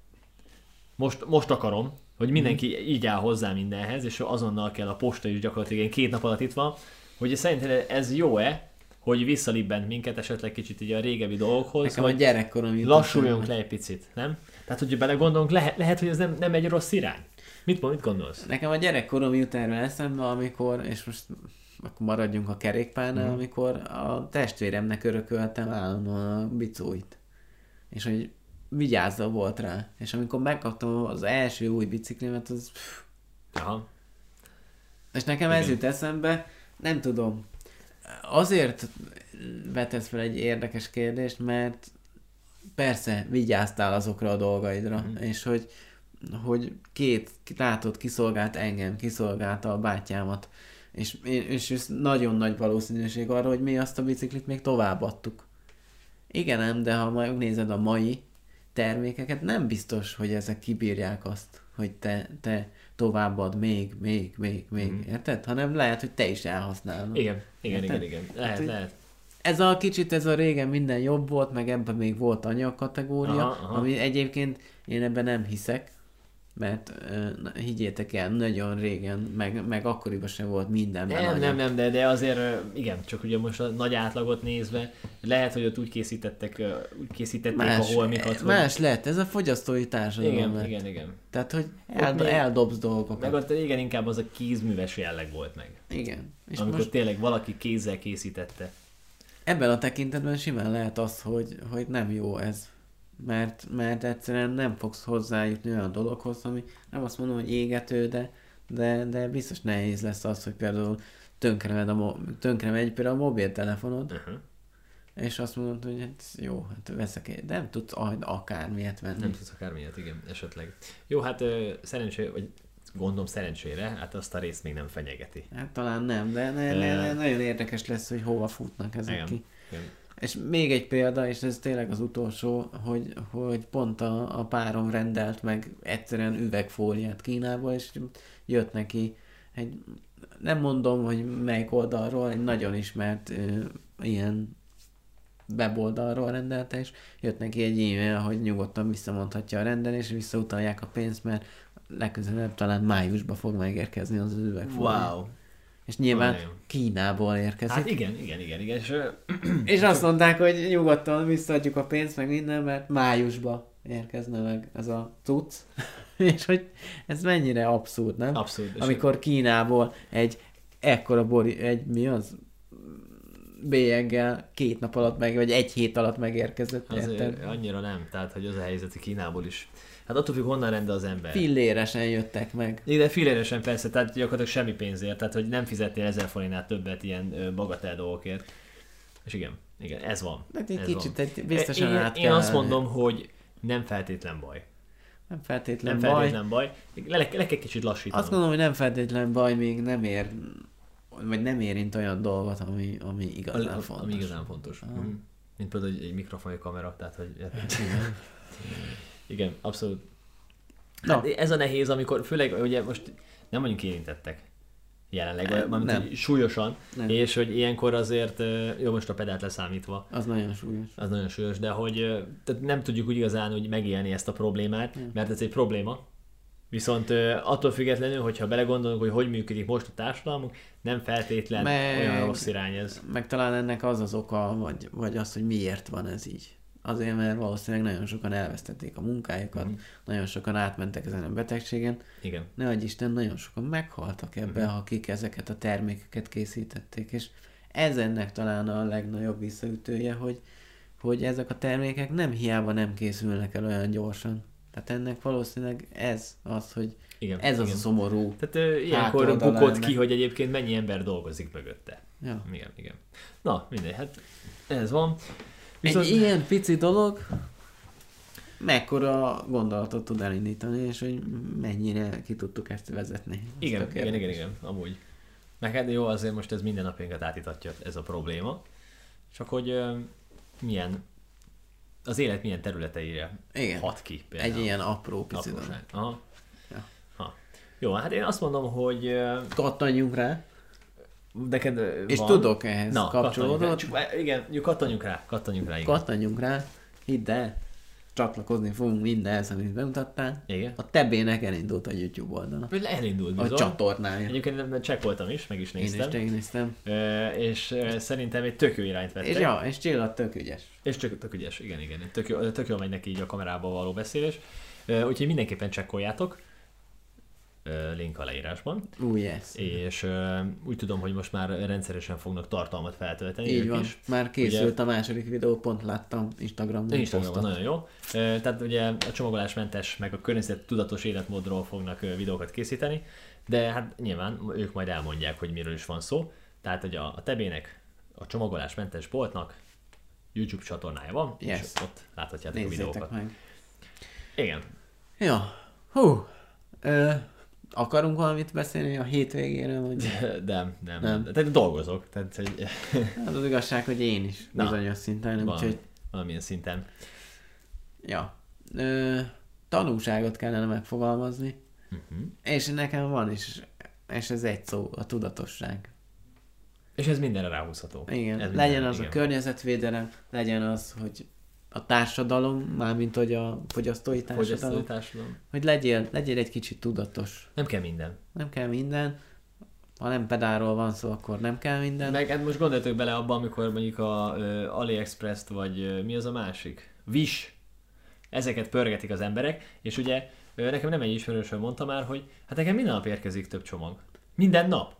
[SPEAKER 2] most, most akarom, hogy
[SPEAKER 1] Mhm.
[SPEAKER 2] mindenki így áll hozzá mindenhez, és azonnal kell a posta is gyakorlatilag ilyen két nap alatt itt van, hogy szerinted ez jó-e, hogy visszalibbent minket esetleg kicsit így a régebbi dolgokhoz,
[SPEAKER 1] Nekem a
[SPEAKER 2] vagy
[SPEAKER 1] gyerekkorom jutott
[SPEAKER 2] lassuljunk le egy picit, nem? Tehát, hogyha belegondolunk, lehet, lehet hogy ez nem, nem egy rossz irány. Mit, mit gondolsz?
[SPEAKER 1] Nekem a gyerekkorom jut erről eszembe, amikor, és most akkor maradjunk a kerékpárnál, mm. amikor a testvéremnek örököltem állandóan a bicóit. És hogy vigyázza volt rá. És amikor megkaptam az első új biciklimet, az... pff,
[SPEAKER 2] Aha.
[SPEAKER 1] És nekem ez jut eszembe, nem tudom. Azért vetesz fel egy érdekes kérdést, mert persze vigyáztál azokra a dolgaidra, mm. és hogy hogy két, látod, kiszolgált engem, kiszolgálta a bátyámat, és, és ez nagyon nagy valószínűség arra, hogy mi azt a biciklit még továbbadtuk. Igen, ám, de ha megnézed a mai termékeket, nem biztos, hogy ezek kibírják azt, hogy te, te továbbad még, még, még, még, mm. érted? Hanem lehet, hogy te is elhasználod.
[SPEAKER 2] Igen, igen, igen,
[SPEAKER 1] Érted? Hát,
[SPEAKER 2] igen. Lehet,
[SPEAKER 1] hogy-
[SPEAKER 2] lehet.
[SPEAKER 1] Ez a kicsit, ez a régen minden jobb volt, meg ebben még volt anya kategória,
[SPEAKER 2] Aha, aha.
[SPEAKER 1] ami egyébként én ebben nem hiszek, mert ö, na, higgyétek el, nagyon régen, meg, meg akkoriban sem volt mindenben
[SPEAKER 2] Nem,
[SPEAKER 1] anya.
[SPEAKER 2] nem, nem, de, de azért ö, igen, csak ugye most a nagy átlagot nézve, lehet, hogy ott úgy készítettek, ö, úgy készítették
[SPEAKER 1] Más,
[SPEAKER 2] a holmikat, hogy...
[SPEAKER 1] más lett, ez a fogyasztói társadalom
[SPEAKER 2] igen,
[SPEAKER 1] lett.
[SPEAKER 2] igen, igen.
[SPEAKER 1] Tehát, hogy eld,
[SPEAKER 2] még-
[SPEAKER 1] eldobsz dolgokat.
[SPEAKER 2] Meg ott igen, inkább az a kézműves jelleg volt meg.
[SPEAKER 1] Igen. És
[SPEAKER 2] És amikor
[SPEAKER 1] most
[SPEAKER 2] most... tényleg valaki kézzel készítette.
[SPEAKER 1] ebben a tekintetben simán lehet az, hogy, hogy nem jó ez. Mert, mert egyszerűen nem fogsz hozzájutni olyan dologhoz, ami nem azt mondom, hogy égető, de, de, de biztos nehéz lesz az, hogy például tönkre, megy a mo- tönkre megy például a mobiltelefonod, uh-huh. és azt mondod, hogy hát jó, hát veszek egy, de nem tudsz aj- akármilyet venni.
[SPEAKER 2] Nem tudsz akármilyet, igen, esetleg. Jó, hát ö, szerencsére, vagy gondolom szerencsére, hát azt a részt még nem fenyegeti.
[SPEAKER 1] Hát talán nem, de ne, ne, ne, nagyon érdekes lesz, hogy hova futnak ezek
[SPEAKER 2] Igen.
[SPEAKER 1] ki.
[SPEAKER 2] igen.
[SPEAKER 1] És még egy példa, és ez tényleg az utolsó, hogy, hogy pont a, a párom rendelt meg egyszerűen üvegfóliát Kínából, és jött neki egy, nem mondom, hogy melyik oldalról, egy nagyon ismert ö, ilyen weboldalról rendelte, és jött neki egy e-mail, hogy nyugodtan visszamondhatja a rendelést, és visszautalják a pénzt, mert legközelebb talán májusba fog megérkezni az üvegfólia. És nyilván
[SPEAKER 2] Nagyon jó.
[SPEAKER 1] Kínából érkezik.
[SPEAKER 2] Hát igen, igen, igen, igen, és ö,
[SPEAKER 1] És azt mondták, hogy nyugodtan visszaadjuk a pénzt, meg minden, mert májusba érkezne meg ez a cucc. És hogy ez mennyire abszurd, nem?
[SPEAKER 2] Abszurd, és-
[SPEAKER 1] Amikor Kínából egy ekkora bori, egy mi az? bélyeggel két nap alatt meg, vagy egy hét alatt megérkezett,
[SPEAKER 2] az, ö,
[SPEAKER 1] érted?
[SPEAKER 2] annyira nem, tehát hogy az a helyzet hogy Kínából is. Hát attól függ, honnan rendel az ember.
[SPEAKER 1] Filléresen jöttek meg.
[SPEAKER 2] Igen, de filléresen persze, tehát gyakorlatilag semmi pénzért, tehát hogy nem fizettél 1000 forintnál többet ilyen ö, bagatel dolgokért. És igen, igen, ez van.
[SPEAKER 1] Hát egy
[SPEAKER 2] ez
[SPEAKER 1] kicsit
[SPEAKER 2] van.
[SPEAKER 1] egy- biztosan
[SPEAKER 2] én,
[SPEAKER 1] át
[SPEAKER 2] én
[SPEAKER 1] kell
[SPEAKER 2] azt
[SPEAKER 1] állni.
[SPEAKER 2] mondom, hogy nem feltétlen baj.
[SPEAKER 1] Nem feltétlen
[SPEAKER 2] Nem
[SPEAKER 1] nem baj. Feltétlen.
[SPEAKER 2] feltétlen baj. Le, le, le kell kicsit lassítani.
[SPEAKER 1] Azt gondolom, hogy nem feltétlen baj, még nem ér, vagy nem érint olyan dolgot, ami, ami igazán fontos.
[SPEAKER 2] Ami igazán fontos. Mm. Mint például egy, egy mikrofon, egy kamera, tehát hogy... Igen, abszolút.
[SPEAKER 1] Na.
[SPEAKER 2] Hát ez a nehéz, amikor főleg ugye most nem vagyunk érintettek jelenleg, nem, mármint
[SPEAKER 1] nem.
[SPEAKER 2] nem. súlyosan,
[SPEAKER 1] Nem.
[SPEAKER 2] nem. és hogy ilyenkor azért, ö, jó most a pedát leszámítva,
[SPEAKER 1] Az nagyon súlyos.
[SPEAKER 2] az nagyon súlyos, de hogy ö, tehát nem tudjuk úgy igazán hogy megélni ezt a problémát, mert ez egy probléma. Viszont ö, attól függetlenül, hogyha belegondolunk, hogy hogy működik most a társadalmunk, nem feltétlen
[SPEAKER 1] Meg-
[SPEAKER 2] olyan rossz irány ez.
[SPEAKER 1] meg talán ennek az az oka, vagy, vagy az, hogy miért van ez így. Azért, mert valószínűleg nagyon sokan elvesztették a munkájukat,
[SPEAKER 2] Mhm.
[SPEAKER 1] mm. nagyon sokan átmentek ezen a betegségen.
[SPEAKER 2] Igen.
[SPEAKER 1] Ne adj Isten, nagyon sokan meghaltak ebbe,
[SPEAKER 2] Mhm.
[SPEAKER 1] mm. akik ezeket a termékeket készítették, és ez ennek talán a legnagyobb visszaütője, hogy, hogy ezek a termékek nem hiába nem készülnek el olyan gyorsan. Tehát ennek valószínűleg ez az, hogy
[SPEAKER 2] Igen,
[SPEAKER 1] ez az
[SPEAKER 2] igen.
[SPEAKER 1] a szomorú.
[SPEAKER 2] Tehát ö, ilyenkor
[SPEAKER 1] Hátoldala
[SPEAKER 2] bukott
[SPEAKER 1] ennek.
[SPEAKER 2] ki, hogy egyébként mennyi ember dolgozik mögötte.
[SPEAKER 1] Ja.
[SPEAKER 2] Igen, igen. Na, mindegy, hát ez van.
[SPEAKER 1] Viszont...
[SPEAKER 2] Viszont
[SPEAKER 1] Egy ilyen pici dolog mekkora gondolatot tud elindítani, és hogy mennyire ki tudtuk ezt vezetni. Ez
[SPEAKER 2] igen,
[SPEAKER 1] tök
[SPEAKER 2] igen,
[SPEAKER 1] érdekes.
[SPEAKER 2] igen, igen, amúgy. Meg hát jó, azért most ez minden napjánkat átítatja ez a probléma. Csak hogy ö, milyen, az élet milyen területeire
[SPEAKER 1] Igen.
[SPEAKER 2] hat ki például.
[SPEAKER 1] Egy ilyen apró pici dolog.
[SPEAKER 2] apróság. Aha.
[SPEAKER 1] Ja.
[SPEAKER 2] Ha. Jó, hát én azt mondom, hogy ö,
[SPEAKER 1] Kattanjunk rá.
[SPEAKER 2] Neked ö,
[SPEAKER 1] És
[SPEAKER 2] van.
[SPEAKER 1] tudok ehhez
[SPEAKER 2] Na,
[SPEAKER 1] kapcsolódót.
[SPEAKER 2] kattanjunk rá. Csak, igen, jó, kattanjunk rá, kattanjunk rá, igen.
[SPEAKER 1] Kattanjunk rá, hidd el, csatlakozni fogunk mindenhez, amit bemutattál.
[SPEAKER 2] Igen.
[SPEAKER 1] A tebbének elindult a YouTube oldala.
[SPEAKER 2] Például elindult
[SPEAKER 1] A
[SPEAKER 2] bizony.
[SPEAKER 1] csatornája. Én
[SPEAKER 2] Egyébként nem- csekkoltam is, meg is
[SPEAKER 1] is
[SPEAKER 2] néztem.
[SPEAKER 1] megnéztem.
[SPEAKER 2] Ö, és ö, szerintem egy tök jó irányt vettek.
[SPEAKER 1] És ja, és Csilla tök ügyes.
[SPEAKER 2] És tök, tök ügyes, igen, igen. Tök, jó, tök jól megy neki így a kamerába való beszélés. Ö, Úgyhogy mindenképpen csekkoljátok. Ö, Link a leírásban.
[SPEAKER 1] Új yes.
[SPEAKER 2] És ö, úgy tudom, hogy most már rendszeresen fognak tartalmat feltölteni.
[SPEAKER 1] Így
[SPEAKER 2] ők
[SPEAKER 1] van.
[SPEAKER 2] Is.
[SPEAKER 1] Már készült a második videó, pont láttam Instagramon.
[SPEAKER 2] Instagramon
[SPEAKER 1] posztot.
[SPEAKER 2] nagyon jó. Ö, Tehát ugye a csomagolásmentes, meg a környezet tudatos életmódról fognak ö, videókat készíteni, de hát nyilván ők majd elmondják, hogy miről is van szó. Tehát ugye a a tebének, a csomagolásmentes boltnak YouTube csatornája van,
[SPEAKER 1] Yes.
[SPEAKER 2] és ott láthatjátok a
[SPEAKER 1] Nézzétek
[SPEAKER 2] videókat.
[SPEAKER 1] meg.
[SPEAKER 2] Igen.
[SPEAKER 1] Ja. Hú. Ö, akarunk valamit beszélni a hétvégéről? Vagy...
[SPEAKER 2] De nem,
[SPEAKER 1] Nem.
[SPEAKER 2] nem. Tehát dolgozok. Tehát hogy
[SPEAKER 1] Hát az igazság, hogy én is
[SPEAKER 2] Na.
[SPEAKER 1] bizonyos szinten, úgyhogy
[SPEAKER 2] valami, valamilyen szinten.
[SPEAKER 1] Ja. Ö, tanulságot kellene megfogalmazni.
[SPEAKER 2] Mhm.
[SPEAKER 1] Uh-huh. És nekem van is, és ez egy szó, a tudatosság.
[SPEAKER 2] És ez mindenre ráhúzható.
[SPEAKER 1] Igen,
[SPEAKER 2] ez
[SPEAKER 1] ez legyen
[SPEAKER 2] mindenre,
[SPEAKER 1] az
[SPEAKER 2] igen.
[SPEAKER 1] a környezetvédelem, legyen az, hogy a társadalom, mármint hogy a fogyasztói társadalom,
[SPEAKER 2] Fogyasztói
[SPEAKER 1] fogyasztói.
[SPEAKER 2] társadalom.
[SPEAKER 1] hogy legyél, legyél egy kicsit tudatos.
[SPEAKER 2] Nem kell minden.
[SPEAKER 1] Nem kell minden, ha nem pedáról van szó, akkor nem kell minden.
[SPEAKER 2] Meg hát most gondoljatok bele abba, amikor mondjuk a ö, AliExpress-t, vagy ö, mi az a másik? Wish. Ezeket pörgetik az emberek, és ugye ö, nekem nem egy ismerősöm mondta már, hogy hát nekem minden nap érkezik több csomag. Minden nap.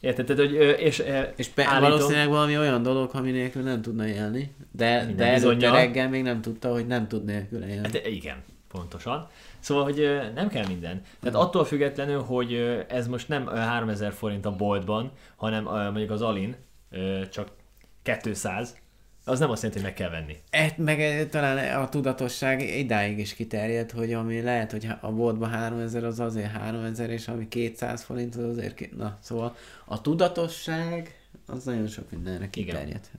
[SPEAKER 2] Érted? Tehát, hogy, ö, és, ö,
[SPEAKER 1] És pe-
[SPEAKER 2] állítom-
[SPEAKER 1] valószínűleg valami olyan dolog, ami nélkül nem tudna élni, de,
[SPEAKER 2] Minden
[SPEAKER 1] de előtte
[SPEAKER 2] bizonnyal.
[SPEAKER 1] reggel még nem tudta, hogy nem tud nélkül élni.
[SPEAKER 2] Hát igen, pontosan. Szóval, hogy ö, nem kell minden. Tehát attól függetlenül, hogy ö, ez most nem ö, 3000 forint a boltban, hanem ö, mondjuk az Alin ö, csak 200, az nem azt jelenti, hogy meg kell venni.
[SPEAKER 1] Et, meg eh, talán a tudatosság idáig is kiterjed, hogy ami lehet, hogy a boltban 3000 az azért 3000, és ami 200 forint az azért... Két... Na, szóval a tudatosság az nagyon sok mindenre kiterjedhet.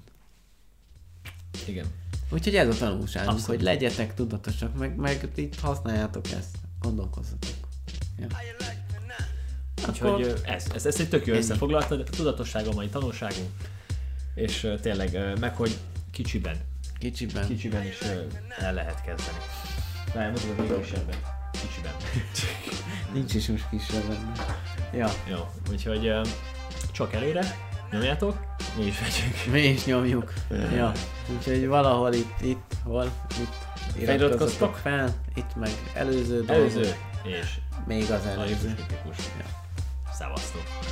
[SPEAKER 2] Igen.
[SPEAKER 1] Úgyhogy ez a tanulság,
[SPEAKER 2] Abszolút.
[SPEAKER 1] hogy legyetek tudatosak, meg, meg itt használjátok ezt, gondolkozzatok. Ja.
[SPEAKER 2] Úgyhogy ö, ez, ez, ez egy tök jó összefoglaltad, a tudatosság a mai tanulságunk, és ö, tényleg ö, meg, hogy kicsiben,
[SPEAKER 1] Kicsiben.
[SPEAKER 2] kicsiben is ö, el lehet kezdeni. Várj, mutatok még kisebben. Kicsiben.
[SPEAKER 1] Nincs is most kisebb benne. Ja,
[SPEAKER 2] jó, úgyhogy ö, csak előre, nyomjátok, mi is vegyünk.
[SPEAKER 1] mi is nyomjuk. Ja, úgyhogy valahol itt, itt, hol, itt iratkozzatok
[SPEAKER 2] Feliratkoztok?
[SPEAKER 1] fel, itt meg előző dolgok.
[SPEAKER 2] Előző és
[SPEAKER 1] Még az
[SPEAKER 2] a
[SPEAKER 1] előző.
[SPEAKER 2] kritikus. Szevasztok!